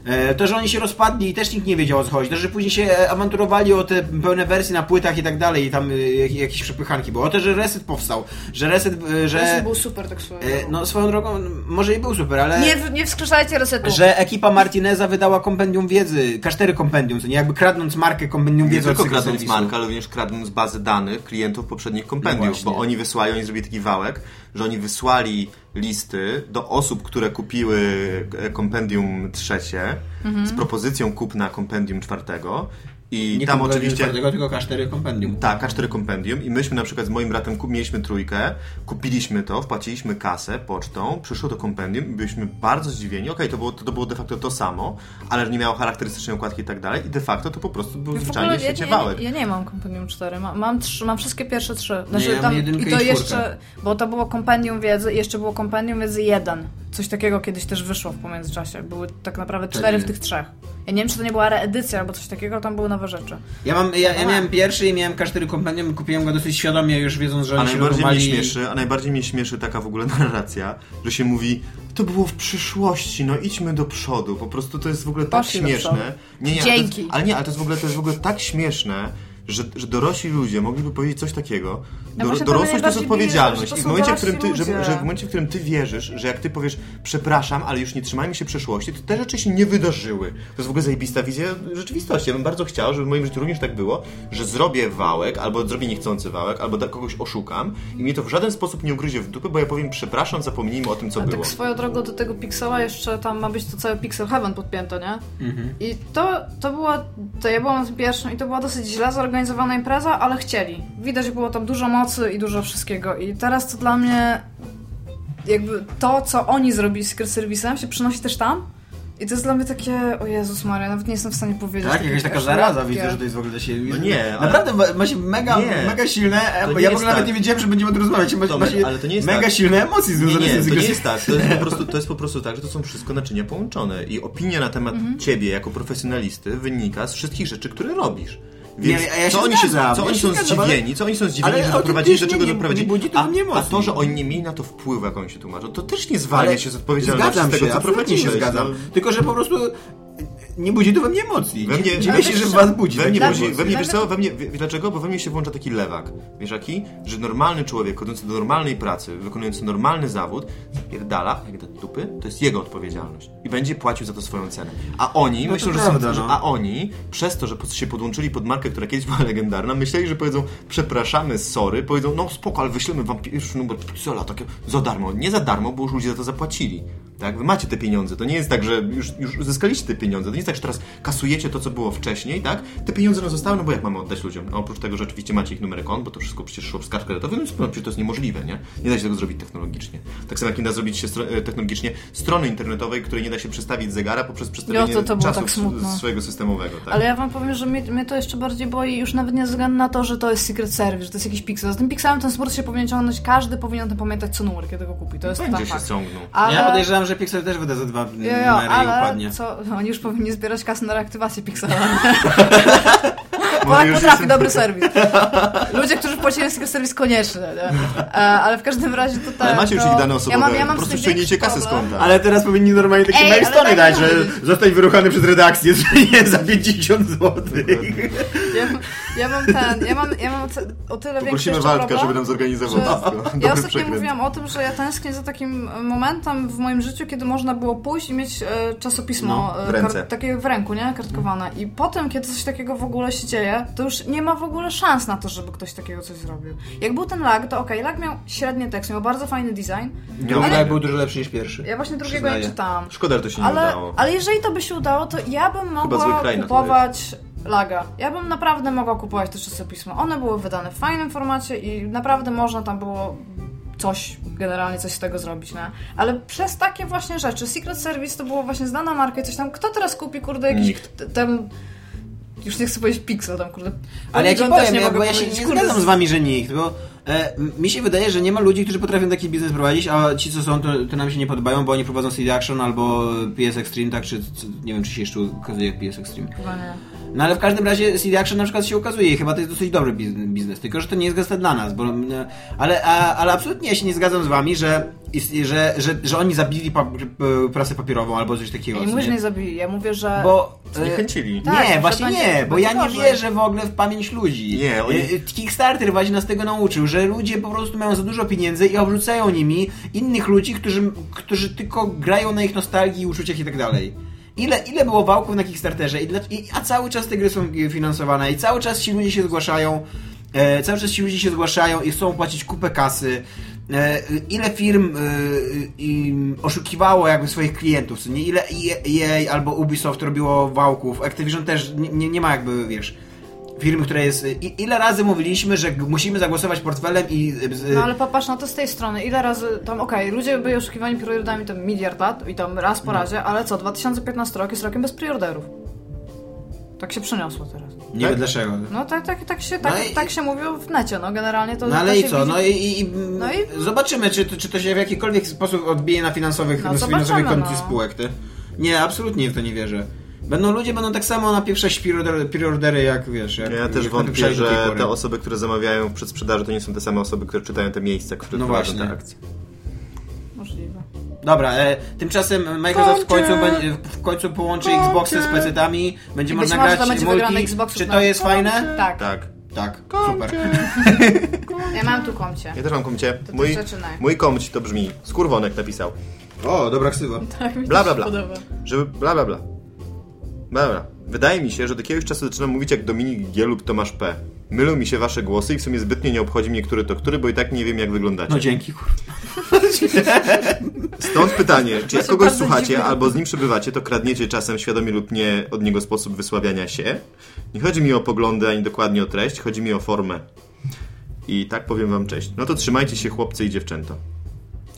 E, To, że oni się rozpadli i też nikt nie wiedział o co chodzi, to, że później się e, awanturowali o te pełne wersje na płytach i tak dalej i tam e, jak- jakieś przepychanki było, o to, że Reset powstał, że Reset, e, że... Reset był super, tak swoją e, drogą. No swoją drogą, może i był super, ale... Nie, w- nie wskrzeszajcie resetu. Że ekipa Martineza wydała kompendium wiedzy, kasztery kompendium, co nie jakby kradnąc markę kompendium Nie wiedzy od tylko Secret kradnąc Service'u. markę, ale również kradnąc bazy danych klientów poprzednich No kompendiów, właśnie. bo oni wysłali, oni zrobili taki wałek, że oni wysłali listy do osób, które kupiły e, kompendium trzecie Mhm. z propozycją kupna kompendium czwartego i Nie tam kompendium oczywiście... czwartego, tylko kasztery kompendium. Tak, K4 Kompendium i myśmy na przykład z moim bratem ku- mieliśmy trójkę, kupiliśmy to, wpłaciliśmy kasę pocztą, przyszło to kompendium i byliśmy bardzo zdziwieni, okej, to, było, to, to było de facto to samo, ale nie miało charakterystycznej okładki i tak dalej i de facto to po prostu był No W zwyczajnie ogóle w świecie ja, wałek. nie, ja nie mam kompendium 4. Ma, mam, trzy, mam wszystkie pierwsze trzy. Znaczy Nie, ja mam jedynkę I i to czwórkę. jeszcze, bo to było kompendium wiedzy i jeszcze było kompendium wiedzy 1. Coś takiego kiedyś też wyszło w pomiędzyczasie. Były tak naprawdę cztery nie. w tych trzech. Ja nie wiem, czy to nie była reedycja albo coś takiego, tam były nowe rzeczy. Ja, mam, ja, ja Aha. miałem pierwszy i miałem kasztery kompendium, kupiłem go dosyć świadomie, już wiedząc, że A oni się najbardziej mnie rozmali. śmieszy, a najbardziej mnie śmieszy taka w ogóle narracja, że się mówi, to było w przyszłości, no idźmy do przodu. Po prostu to jest w ogóle tak Poszli do śmieszne. przodu. Nie, nie, Ale, to Dzięki. jest, ale nie, ale to jest w ogóle to jest w ogóle tak śmieszne. Że, że dorośli ludzie mogliby powiedzieć coś takiego. No Dor- właśnie to mnie dorosłość to jest najbardziej bije, że odpowiedzialność. to I w są momencie, w którym ty, dorośli że, ludzie. że w momencie, w którym ty wierzysz, że jak ty powiesz przepraszam, ale już nie trzymajmy się przeszłości, to te rzeczy się nie wydarzyły. To jest w ogóle zajebista wizja rzeczywistości. Ja bym bardzo chciał, żeby w moim życiu również tak było, że zrobię wałek, albo zrobię niechcący wałek, albo da- kogoś oszukam i mnie to w żaden sposób nie ugryzie w dupę, bo ja powiem przepraszam, zapomnijmy o tym, co A było. tak swoją drogą do tego Pixela jeszcze tam ma być to całe Pixel Heaven podpięte, nie? Mhm. I to, to była, to ja byłam z pierwszą i to była dosyć źle zorganizowana impreza, ale chcieli. Widać, że było tam dużo mocy i dużo wszystkiego i teraz to dla mnie jakby to, co oni zrobili z Secret Service'em się przynosi też tam i to jest dla mnie takie, o Jezus Maria, nawet nie jestem w stanie powiedzieć. Tak, Takie, jakaś taka wiesz, zaraza, lekkie. widzę, że to jest w ogóle się... No nie, ale- Naprawdę ma- ma się mega, Nie. mega silne, e, To nie bo ja w jest ogóle nawet tak. nie wiedziałem, że będziemy o tym rozmawiać, ma, ma Tomek, się ale to nie jest mega tak. silne emocje Nie, związane nie, z to Secret nie jest tak. To jest, po prostu, to jest po prostu tak, że to są wszystko naczynia połączone i opinia na temat Mhm. ciebie jako profesjonalisty wynika z wszystkich rzeczy, które robisz. Więc Nie, a ja się co oni, zgadzam, co ja oni się są zgadzam, ale- zdziwieni, co oni są zdziwieni, ale że o tym doprowadzili, też do nie- czego nie- doprowadzili, nie budzi to a, mnie a emocji. to, że oni nie mieli na to wpływu, jak oni się tłumaczą, to też nie zwalnia się z odpowiedzialności Zgadzam z tego, się, co no. absolutnie się prowadzili. zgadzam. Tylko, że po prostu e, nie budzi to we mnie emocji. We mnie- Dziwię się, że w was budzi. We mnie, takie budzi, emocje. we mnie wiesz co, we mnie, wie- dlaczego? Bo we mnie się włącza taki lewak. Wiesz jaki? Że normalny człowiek, chodzący do normalnej pracy, wykonujący normalny zawód, zapierdala, jak do dupy, to jest jego odpowiedzialność. I będzie płacił za to swoją cenę. A oni, to myślą, że prawda, są, że, no. a oni, przez to, że po- się podłączyli pod markę, która kiedyś była legendarna, myśleli, że powiedzą, przepraszamy, sorry, powiedzą, no spoko, ale wyślemy wam pierwszy numer pistola, takie za darmo. Nie za darmo, bo już ludzie za to zapłacili. Tak, wy macie te pieniądze. To nie jest tak, że już, już uzyskaliście te pieniądze. To nie jest tak, że teraz kasujecie to, co było wcześniej, tak? Te pieniądze nam zostały, no bo jak mamy oddać ludziom? A oprócz tego, że oczywiście macie ich numer kont, bo to wszystko przecież szło przez kartę kredytową, więc no, przecież to jest niemożliwe, nie? Nie da się tego zrobić technologicznie. Tak samo jak nie da zrobić się stro- e, technologicznie strony internetowej, której nie da się przestawić zegara poprzez przestawienie to było czasu tak smutno. s- swojego systemowego, tak? Ale ja wam powiem, że mnie, mnie to jeszcze bardziej boi już nawet nie ze względu na to, że to jest Secret Service, że to jest jakiś Pixel. Z tym Pixelem ten sport się powinien ciągnąć, każdy powinien o tym pamiętać co numer, kiedy go kupi. To jest Będzie tam się fakt. ciągnął. Tak. Ale... Ja podejrzewam, że Pixel też wyda za dwa Jo, numery jo, i upadnie. ale co, oni już powinni zbierać kasę na reaktywację Pixela. Bo Może tak już potrafi jestem- dobry serwis. Ludzie, którzy płacili z tego serwis koniecznie, nie? E, ale w każdym razie to tak. Ale macie już to... ich dane osobowe, Ja mam, ja mam po prostu z tym ściągnijcie większy kasę z problem. konta. Ale teraz powinni normalnie takie Ej, ale mailstony tak dać, nie że robi. zostań wyruchany przez redakcję że nie, za 50 zł. Ja, ja mam ten, ja mam, ja mam ce- o tyle większy Poprosimy jeszcze Waldka, problem, żeby nam zorganizował że- wszystko. Dobry Ja ostatnio przekręt. mówiłam o tym, że ja tęsknię za takim e, momentem w moim życiu, kiedy można było pójść i mieć e, czasopismo No, w e, ręce. kar- takie w ręku, nie? Kartkowane. I potem, kiedy coś takiego w ogóle się dzieje, to już nie ma w ogóle szans na to, żeby ktoś takiego coś zrobił. Jak był ten lag, to okej, lag miał średnie tekst, miał bardzo fajny design. Drugi ale- był dużo lepszy niż pierwszy. Ja właśnie drugiego Przyznaję. nie czytałam. Szkoda, że to się nie Ale, udało. ale jeżeli to by się udało, to ja bym zły mogła kraj na to kupować laga. Ja bym naprawdę mogła kupować te czasopisma. One były wydane w fajnym formacie i naprawdę można tam było coś, generalnie coś z tego zrobić, nie? Ale przez takie właśnie rzeczy, Secret Service to było właśnie znana marka i coś tam, kto teraz kupi, kurde, jakiś Nikt. t- ten już nie chcę powiedzieć Pixel tam, kurde. Ale ja ci Polygon też powiem, ja, bo ja się powiedzieć, nie kurde, zgadzam z wami, że nikt, bo e, m- mi się wydaje, że nie ma ludzi, którzy potrafią taki biznes prowadzić, a ci, co są, to, to nam się nie podobają, bo oni prowadzą CD Action albo PS Extreme, tak, czy czy- nie wiem, czy się jeszcze ukazuje jak PS Extreme. Chyba nie. No ale w każdym razie CD Action na przykład się ukazuje i chyba to jest dosyć dobry biz- biznes, tylko że to nie jest gazeta dla nas, bo, m, ale, a, ale absolutnie ja się nie zgadzam z wami, że, is- że, że, że oni zabili pa, p- prasę papierową albo coś takiego. Ja nie co mówię, że nie? nie zabili, ja mówię, że... bo, e, Zniechęcili. Tak. nie, że właśnie będzie- nie, bo będzie ja nie gorzej. wierzę w ogóle w pamięć ludzi. Nie, oni- E, e, Kickstarter właśnie nas tego nauczył, że ludzie po prostu mają za dużo pieniędzy i obrzucają nimi innych ludzi, którzy, którzy tylko grają na ich nostalgii, uczuciach i tak dalej. Ile, ile było wałków na Kickstarterze, i dla, i, a cały czas te gry są e, finansowane i cały czas ci ludzie się zgłaszają, e, cały czas ci ludzie się zgłaszają i chcą płacić kupę kasy. E, ile firm e, i oszukiwało jakby swoich klientów, co nie? Ile EA albo Ubisoft robiło wałków, Activision też nie- nie, nie ma jakby, wiesz, firmy, która jest... I, ile razy mówiliśmy, że g- musimy zagłosować portfelem i... e, z- No ale popatrz na to z tej strony, ile razy tam, okej, ludzie byli oszukiwani priorytetami to miliard lat i tam raz po No. razie, ale co, 2015 rok jest rokiem bez priorderów. Tak się przyniosło teraz. Nie Tak? wiem dlaczego. No tak, tak, tak się, tak, No i- tak się mówiło w necie, no generalnie to No ale to i się co? widzi- No i, i, i, No i- zobaczymy, czy, to- czy to się w jakikolwiek sposób odbije na finansowych, No na finansowej zobaczymy, kondycji no. spółek. Ty. Nie, absolutnie w to nie wierzę. Będą ludzie, będą tak samo na pierwsze preordery, preordery jak wiesz. Jak, Ja też jak wątpię, przejdą do tej że pory. te osoby, które zamawiają w przedsprzedaży, to nie są te same osoby, które czytają te miejsca, które No prowadzą właśnie. te akcje. Możliwe. Dobra, e, tymczasem Microsoft w końcu, Kącie. będzie, w końcu połączy Kącie. Xboxy z PC-tami, będzie I być można może grać to będzie wygrane multi. Xboxów Czy na to jest fajne? kącie. Tak. Tak. Tak, super. Ja mam tu komcie. Ja też mam komcie. To ty Mój, zaczynaj. mój komć to brzmi. Skurwonek napisał. O, dobra ksywa. Tak, mi Bla, się bla, bla. podoba. Żeby bla bla bla. Bla bla. Wydaje mi się, że do jakiegoś czasu zaczynam mówić jak Dominik G lub Tomasz P. Mylą mi się wasze głosy i w sumie zbytnio nie obchodzi mnie który to który, bo i tak nie wiem jak wyglądacie. No dzięki, kurwa. Stąd pytanie, czy jak Właśnie kogoś bardzo słuchacie dziwne. albo z nim przebywacie, to kradniecie czasem świadomie lub nie od niego sposób wysławiania się? Nie chodzi mi o poglądy ani dokładnie o treść, chodzi mi o formę. I tak powiem wam cześć. No to trzymajcie się chłopcy i dziewczęto.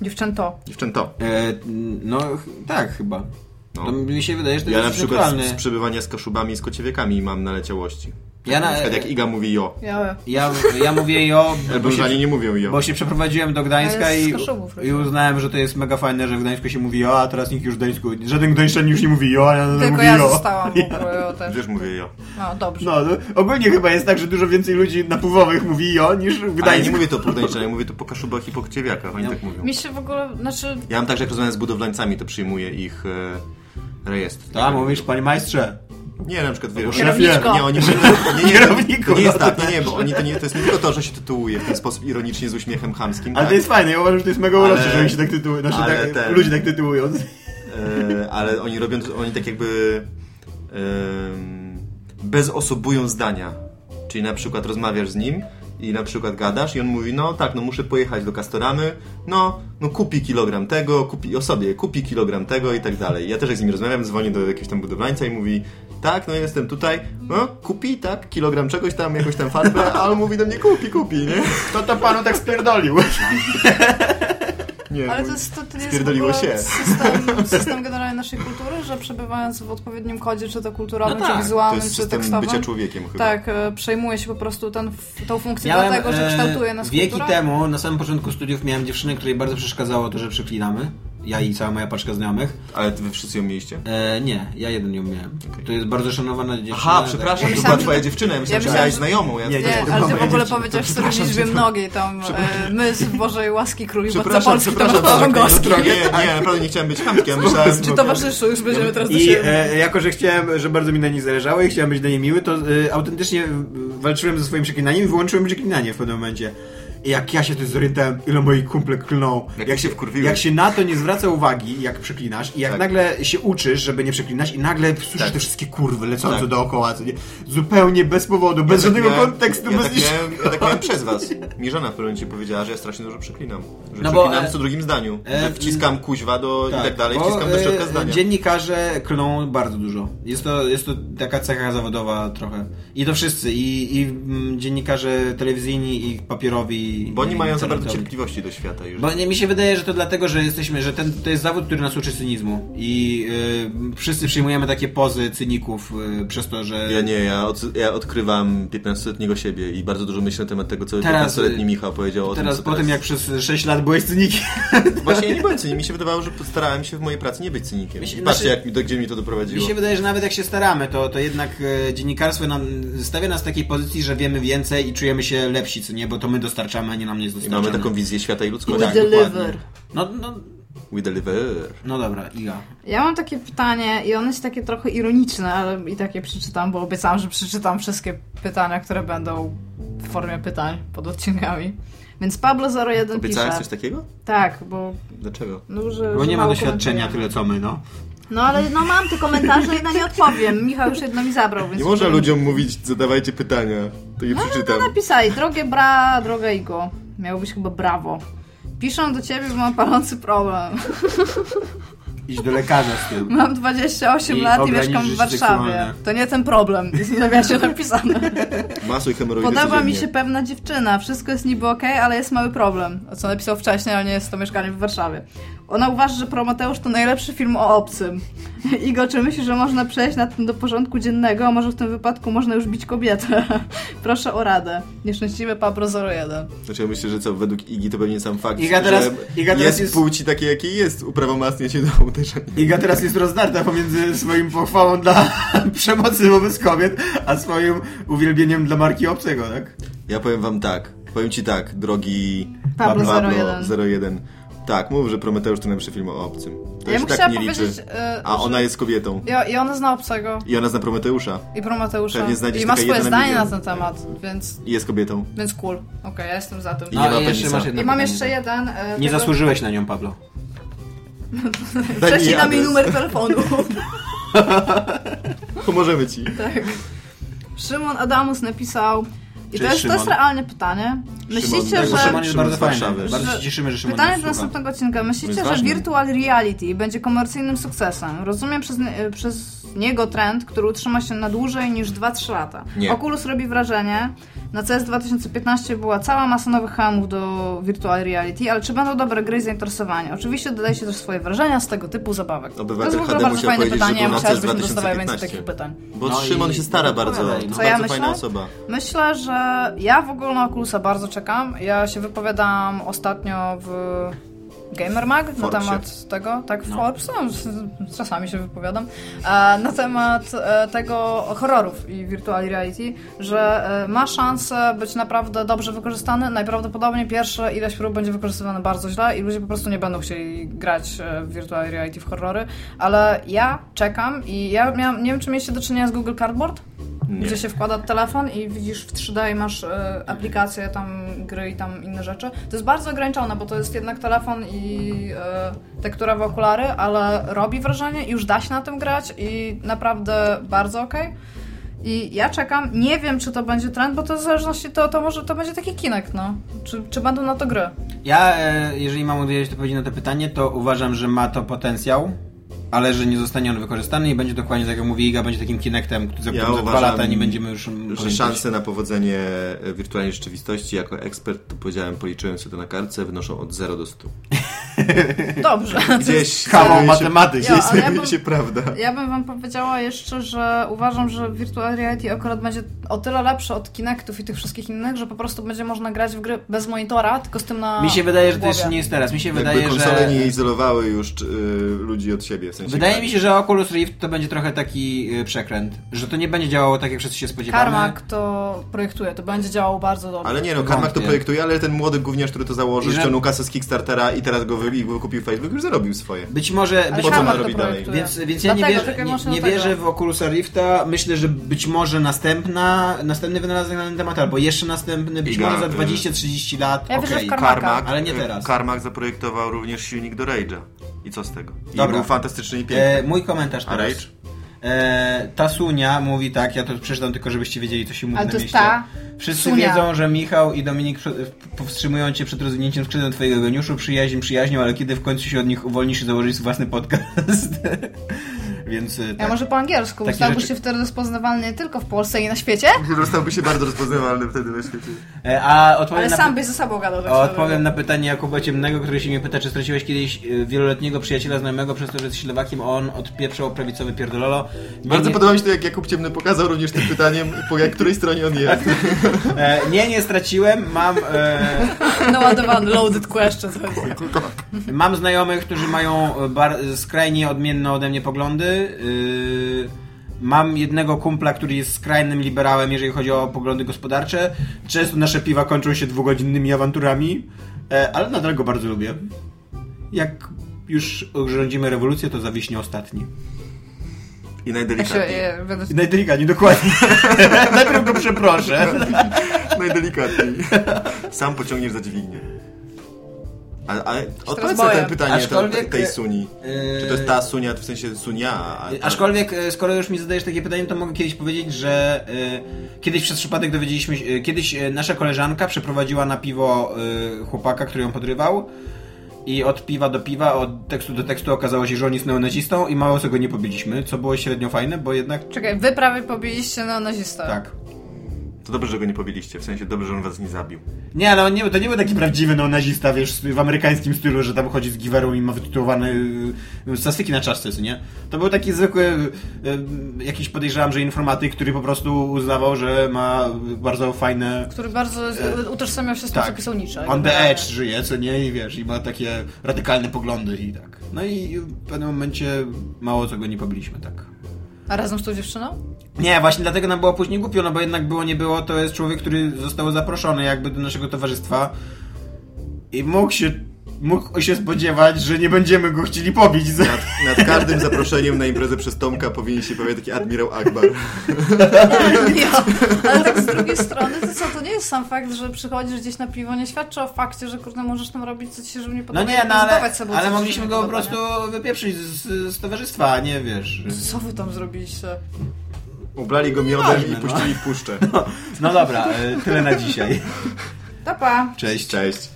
Dziewczęto. Dziewczęto. E, no ch- tak chyba. No. To mi się wydaje, że to Ja jest na przykład naturalne. z, z przebywania z koszubami i z kociewiekami mam naleciałości. Ja na- na przykład jak Iga mówi jo. Ja Ja, ja mówię jo, bo Elblążanie się, nie mówią jo. bo się przeprowadziłem do Gdańska Ja z i, Koszubów i uznałem, że to jest mega fajne, że w Gdańsku się mówi jo, a teraz nikt już w Gdańsku, żaden Gdańszczan już nie mówi jo, a ja No, nadal Tylko mówię ja jo. zostałam w ogóle o też. Też mówię jo. No dobrze. No, no, ogólnie chyba jest tak, że dużo więcej ludzi napływowych mówi jo niż w Ale ja nie Gdańsku. mówię to po Gdańszczanie, ja mówię to po kaszubach i po kociewiakach, oni Ja- tak mówią. Mi się w ogóle, znaczy, Ja mam tak, że jak rozmawiam z budowlańcami, to przyjmuję ich e, rejestr. Tak, mówisz, panie majstrze. Nie, na przykład wiesz, Kierowniczko. Nie, oni nie, nie, Kierowniku, to nie jest no to tak, nie, nie, bo oni to nie, to jest nie tylko to, że się tytułuje w ten sposób ironicznie z uśmiechem chamskim, Ale tak, to jest fajne, ja uważam, że to jest mega Ale- urocze, że oni się tak tytułują, znaczy ale tak, ten- ludzie tak tytułują. e, ale oni robią, to- oni tak jakby em, bezosobują zdania. Czyli na przykład rozmawiasz z nim i na przykład gadasz i on mówi, no tak, no muszę pojechać do Kastoramy, no, no kupi kilogram tego, kupi o sobie, kupi kilogram tego i tak dalej. Ja też jak z nim rozmawiam, dzwonię do jakiegoś tam budowlańca i mówi, tak, no jestem tutaj, no kupi, tak, kilogram czegoś tam, jakąś tam farbę, a on mówi do mnie, kupi, kupi, nie? Kto to panu tak spierdolił? nie no ale mój- to jest, to, to jest w Spierdoliło ogóle się. System, system generalnie naszej kultury, że przebywając w odpowiednim kodzie, czy to kulturowym, No tak, czy To wizualnym, jest czy system tekstowym. bycia człowiekiem chyba. Tak, e, przejmuje się po prostu ten, f- tą funkcję dlatego, że e, kształtuje nas Wieki kultura. temu, na samym początku studiów, miałem dziewczynę, której bardzo przeszkadzało to, że przeklinamy. Ja i cała moja paczka znajomych. Ale wy wszyscy ją mieliście? E, nie, ja jeden ją miałem. To jest bardzo szanowana dziewczyna. e, Aha, przepraszam, Ja to była myślałam, twoja że- dziewczyna, ja myślałem, ja że myślałam, miałaś że- znajomą. Ja Nie, to Nie, była ale ty moja w ogóle dziewczyna. powiedziałeś w sobie liczbie mnogiej, tam e, my z Bożej łaski króli, bo Przepraszam, Polski przepraszam, tak towarzystwo przepraszam. Wągowski. Nie, nie, naprawdę nie chciałem być chamski, ja myślałem... Czy towarzyszu, już będziemy teraz do I siebie. e, jako, że chciałem, że bardzo mi na niej zależało i chciałem być dla niej miły, to e, autentycznie w- walczyłem ze swoim przeklinaniem i wyłączyłem przeklinanie w pewnym momencie. I jak ja się też zorientowałem, ile moi kumple klną. Jak się wkurwiłeś. Jak się na to nie zwraca uwagi, jak przeklinasz i jak Tak. nagle się uczysz, żeby nie przeklinać i nagle słyszysz Tak. te wszystkie kurwy lecące Tak. dookoła, dookoła. Co nie? Zupełnie bez powodu, bez żadnego kontekstu, ja bez tak niczego. miałem, ja tak miałem przez was. Mi żona w pewnym momencie powiedziała, że ja strasznie dużo przeklinam. Że No bo, przeklinam e, w co drugim zdaniu. e, że wciskam kuźwa do i tak dalej, bo, wciskam do środka e, zdania. Dziennikarze klną bardzo dużo. Jest to, jest to taka cecha zawodowa trochę. I to wszyscy, i, i mm, dziennikarze telewizyjni, i papierowi, i... Bo oni i mają co za bardzo robić. cierpliwości do świata już. Bo nie, mi się wydaje, że to dlatego, że jesteśmy, że ten, to jest zawód, który nas uczy cynizmu i y, wszyscy przyjmujemy takie pozy cyników y, przez to, że... Ja nie, ja, od, ja odkrywam 15-letniego siebie i bardzo dużo myślę na temat tego, co Teraz, 15-letni y, Michał powiedział o Teraz tym, co po tym, jak teraz... przez 6 lat byłeś cynikiem. Właśnie ja nie byłem cynikiem, mi się wydawało, że starałem się w mojej pracy nie być cynikiem. Mi się- I Patrzcie, znaczy- jak mi, do, gdzie mi to doprowadziło. Mi się wydaje, że nawet jak się staramy, to, to jednak e, dziennikarstwo nam, stawia nas w takiej pozycji, że wiemy więcej i czujemy się lepsi, co nie, bo to my dostarczamy, a nie nam nie jest I dostarczane. mamy taką wizję świata i We ludzkości. Tak, deliver. dokładnie. No, no, We deliver. no dobra, Iga. Ja mam takie pytanie i ono jest takie trochę ironiczne, ale i tak je przeczytam, bo obiecałam, że przeczytam wszystkie pytania, które będą w formie pytań pod odcinkami. Więc Pablo01 pisze... Obiecałeś coś takiego? Tak, bo... Dlaczego? No, że, Bo że nie ma mało doświadczenia komentujemy. tyle co my, no. No ale no mam te komentarze i na nie odpowiem. Michał już jedno mi zabrał, więc... Nie można ludziom mówić, zadawajcie pytania. To je No, no, przeczytam. no napisali, drogie bra, droga Igo. Miało być chyba brawo. Piszą do ciebie, bo mam palący problem. Idź do lekarza z tym. Mam 28 I lat i ograniczyć mieszkam w życie Warszawie. seksualne. To nie ten problem, jest w nawiasie napisane. Masuj hemoroidy Podoba tak. mi codziennie. się pewna dziewczyna, wszystko jest niby okej, ale jest mały problem. O co napisał wcześniej, ale nie jest to mieszkanie w Warszawie. Ona uważa, że Prometeusz to najlepszy film o obcym. Igo, czy myślisz, że można przejść nad tym do porządku dziennego, a może w tym wypadku można już bić kobietę? Proszę o radę. Nieszczęśliwy Pablo 01. Znaczy ja myślę, że co, według Igi to pewnie sam fakt, Iga teraz- że Iga teraz jest, jest- płci takiej, jakiej jest, uprawomacnia się do uderzenia. Iga teraz jest rozdarta pomiędzy swoim pochwałą dla przemocy wobec kobiet, a swoim uwielbieniem dla marki obcego, tak? Ja powiem wam tak, powiem ci tak, drogi Pablo 01. 01. Tak, mów, że Prometeusz to najlepszy film o obcym. To się ja bym tak chciała nie liczy. powiedzieć... e, A że- ona jest kobietą. I, I ona zna obcego. I ona zna Prometeusza. I Prometeusza. Pewnie znajdziesz I ma tylko swoje jeden na zdanie na milion. ten temat, więc, I jest kobietą. więc cool. Okej, ja jestem za tym. I nie ma penisa. I mam jeszcze jeden. e, Nie tego- zasłużyłeś na nią, Pablo. Daj mi Wcześniej jej na mi adres. numer telefonu. Pomożemy ci. tak. Szymon Adamus napisał. I Cześć, to jest, to jest Szymon. realne pytanie. Myślicie, tak, że. bo Szymon jest Szymon bardzo z fajny. Warszawy. Bardzo Że- się cieszymy, że Szymon Pytanie nas do słucha. następnego odcinka. To Myślicie, jest że ważne. virtual reality będzie komercyjnym sukcesem? Rozumiem przez, nie- przez niego trend, który utrzyma się na dłużej niż 2-3 lata. Nie. Oculus robi wrażenie. Na CS 2015 była cała masa nowych hamów do virtual reality, ale czy będą dobre gry i zainteresowanie? Oczywiście dodajcie też swoje wrażenia z tego typu zabawek. Obywatel to jest w ogóle HD bardzo musiał fajne powiedzieć, że pytanie. Ja był na myślałam, CS żebyśmy dostawali więcej 2015. takich pytań. Bo No Szymon i- się stara no bardzo. To opowiadaj, no. bardzo Co ja fajna myślę? osoba. Myślę, że ja w ogóle na Oculusa bardzo czekam. Ja się wypowiadam ostatnio w Gamer Mag na Forbesie. temat tego, tak w No. Forbes, no, z- z- czasami się wypowiadam, e, na temat e, tego horrorów i virtual reality, że e, ma szansę być naprawdę dobrze wykorzystany. Najprawdopodobniej pierwsze ileś prób będzie wykorzystywane bardzo źle i ludzie po prostu nie będą chcieli grać e, w virtual reality w horrory, ale ja czekam i ja miałam, nie wiem czy mieliście do czynienia z Google Cardboard? Nie. Gdzie się wkłada telefon i widzisz w 3D i masz e, aplikacje, tam gry i tam inne rzeczy. To jest bardzo ograniczone, bo to jest jednak telefon i e, tektura w okulary, ale robi wrażenie, już da się na tym grać i naprawdę bardzo okej. I ja czekam, nie wiem czy to będzie trend, bo to w zależności to, to może to będzie taki kinek, no. Czy, czy będą na to gry? Ja, e, jeżeli mam odpowiedzieć odpowiedzi na to pytanie, to uważam, że ma to potencjał, ale że nie zostanie on wykorzystany i będzie dokładnie, tak jak mówi Iga, będzie takim Kinectem, za którym Ja za dwa uważam, lata nie będziemy już Że szanse na powodzenie e, wirtualnej rzeczywistości jako ekspert, to powiedziałem, policzyłem sobie to na kartce, wynoszą od 0 do 100. Dobrze. Gdzieś Kawał znajduje się- matematyki. Ja, Gdzieś ale ja znajduje bym- się prawda. Ja bym wam powiedziała jeszcze, że uważam, że virtual reality akurat będzie o tyle lepsze od Kinectów i tych wszystkich innych, że po prostu będzie można grać w gry bez monitora, tylko z tym na Mi się wydaje, że to głowie. jeszcze nie jest teraz. Mi się Jakby wydaje, konsole że... nie izolowały już y, ludzi od siebie. W sensie tak. Wydaje mi się, że Oculus Rift to będzie trochę taki y, przekręt, że to nie będzie działało tak, jak wszyscy się spodziewamy. Karmak to projektuje, to będzie działało bardzo dobrze. Ale nie no, Wątpię. Karmak to projektuje, ale ten młody gówniarz, który to założył, I że- ściągnął kasę z Kickstartera i teraz go wy- i go kupił Facebook, już zarobił swoje. Być może... Ale Być po co Karmak ma to robić dalej? projektuje. Więc, więc ja nie Dlatego, wierzę, tylko nie, mocno nie dlatego. wierzę w Oculusa Rifta. Myślę, że być może następna, następny wynalazek na ten temat, albo jeszcze następny, być Iga, może za y- 20-30 lat. Ja wierzę okej. w Karmaka. Karmak, ale nie teraz. Karmak zaprojektował również silnik do Rage'a. I co z tego? I Dobra. był fantastyczny i piękny. E, mój komentarz A teraz. Rage? E, ta Sunia mówi tak, ja to przeczytam tylko, żebyście wiedzieli, co się mówi Ale na to jest mieście. ta Wszyscy Sunia. wiedzą, że Michał i Dominik przy- powstrzymują cię przed rozwinięciem skrzydła twojego geniuszu, przyjaźń przyjaźnią, ale kiedy w końcu się od nich uwolnisz i założysz własny podcast? Więc e, tak. Ja może po angielsku. Takie Stałby rzeczy- się wtedy rozpoznawalny nie tylko w Polsce i na świecie, Stałby się bardzo rozpoznawalny wtedy na świecie. E, A odpowiem ale na sam py- byś ze sobą gadał. tak a szczerze. Odpowiem na pytanie Jakuba Ciemnego, który się mnie pyta, czy straciłeś kiedyś e, wieloletniego przyjaciela znajomego przez to, że jest ślewakiem, a on odpieprzał prawicowy pierdololo. Nie, Bardzo nie, podoba mi się to, jak Jakub Ciemny pokazał również tym pytaniem, po jak- której stronie on jest. e, nie, nie straciłem. Mam, e, Naładowany, No, loaded question. słuchajcie. Mam znajomych, którzy mają e, bar- skrajnie odmienne ode mnie poglądy. Yy, Mam jednego kumpla, który jest skrajnym liberałem, jeżeli chodzi o poglądy gospodarcze. Często nasze piwa kończą się dwugodzinnymi awanturami, e, ale nadal go bardzo lubię. Jak już rządzimy rewolucję, to zawiśnie ostatni. I Ja się, najdelikatniej. ja, będę... I Najdelikatniej, dokładnie. Najpierw go przeproszę. Najdelikatniej. Sam pociągniesz za dźwignię. Ale, ale odpowiedz na boję. te pytanie Aczkolwiek- te- tej suni. Yy. Czy to jest ta sunia, w sensie sunia? a- a- Aczkolwiek, e, skoro już mi zadajesz takie pytanie, to mogę kiedyś powiedzieć, że e, kiedyś przez przypadek dowiedzieliśmy się, e, kiedyś e, nasza koleżanka przeprowadziła na piwo e, chłopaka, który ją podrywał i od piwa do piwa, od tekstu do tekstu okazało się, że on jest neonazistą i mało co go nie pobiliśmy, co było średnio fajne, bo jednak... Czekaj, wy prawie pobiliście neonazistę. Tak. To dobrze, że go nie pobiliście, w sensie dobrze, że on was nie zabił. Nie, ale on nie, to nie był taki prawdziwy neonazista, wiesz, w amerykańskim stylu, że tam chodzi z giwerą i ma wytytułowane y, stastyki na czaszce, co nie? To był taki zwykły, y, jakiś podejrzewam, że informatyk, który po prostu uznawał, że ma bardzo fajne... Który bardzo z- utożsamiał się z tym, co pisał Nietzsche. E, tak. on the edge żyje, co nie? I wiesz, i ma takie radykalne poglądy i tak. No i w pewnym momencie mało co go nie pobiliśmy, tak. A razem z tą dziewczyną? Nie, właśnie dlatego nam było później głupio, no bo jednak było, nie było, to jest człowiek, który został zaproszony jakby do naszego towarzystwa i mógł się, mógł się spodziewać, że nie będziemy go chcieli pobić. Nad, nad każdym zaproszeniem na imprezę przez Tomka powinien się pojawiać taki admirał Akbar. Nie, ale tak z drugiej strony, to co, to nie jest sam fakt, że przychodzisz gdzieś na piwo, nie świadczy o fakcie, że kurde, możesz tam robić co ci się żywnie No podoba. nie, i no ale, pozbawiać sobą, co ale ci się mogliśmy nie go po podoba, prostu wypieprzyć z, z towarzystwa, a nie wiesz. nie? Co wy tam zrobiliście? Ublali go miodem i puścili w puszczę. No dobra, y, tyle na dzisiaj. Papa. Cześć. Cześć.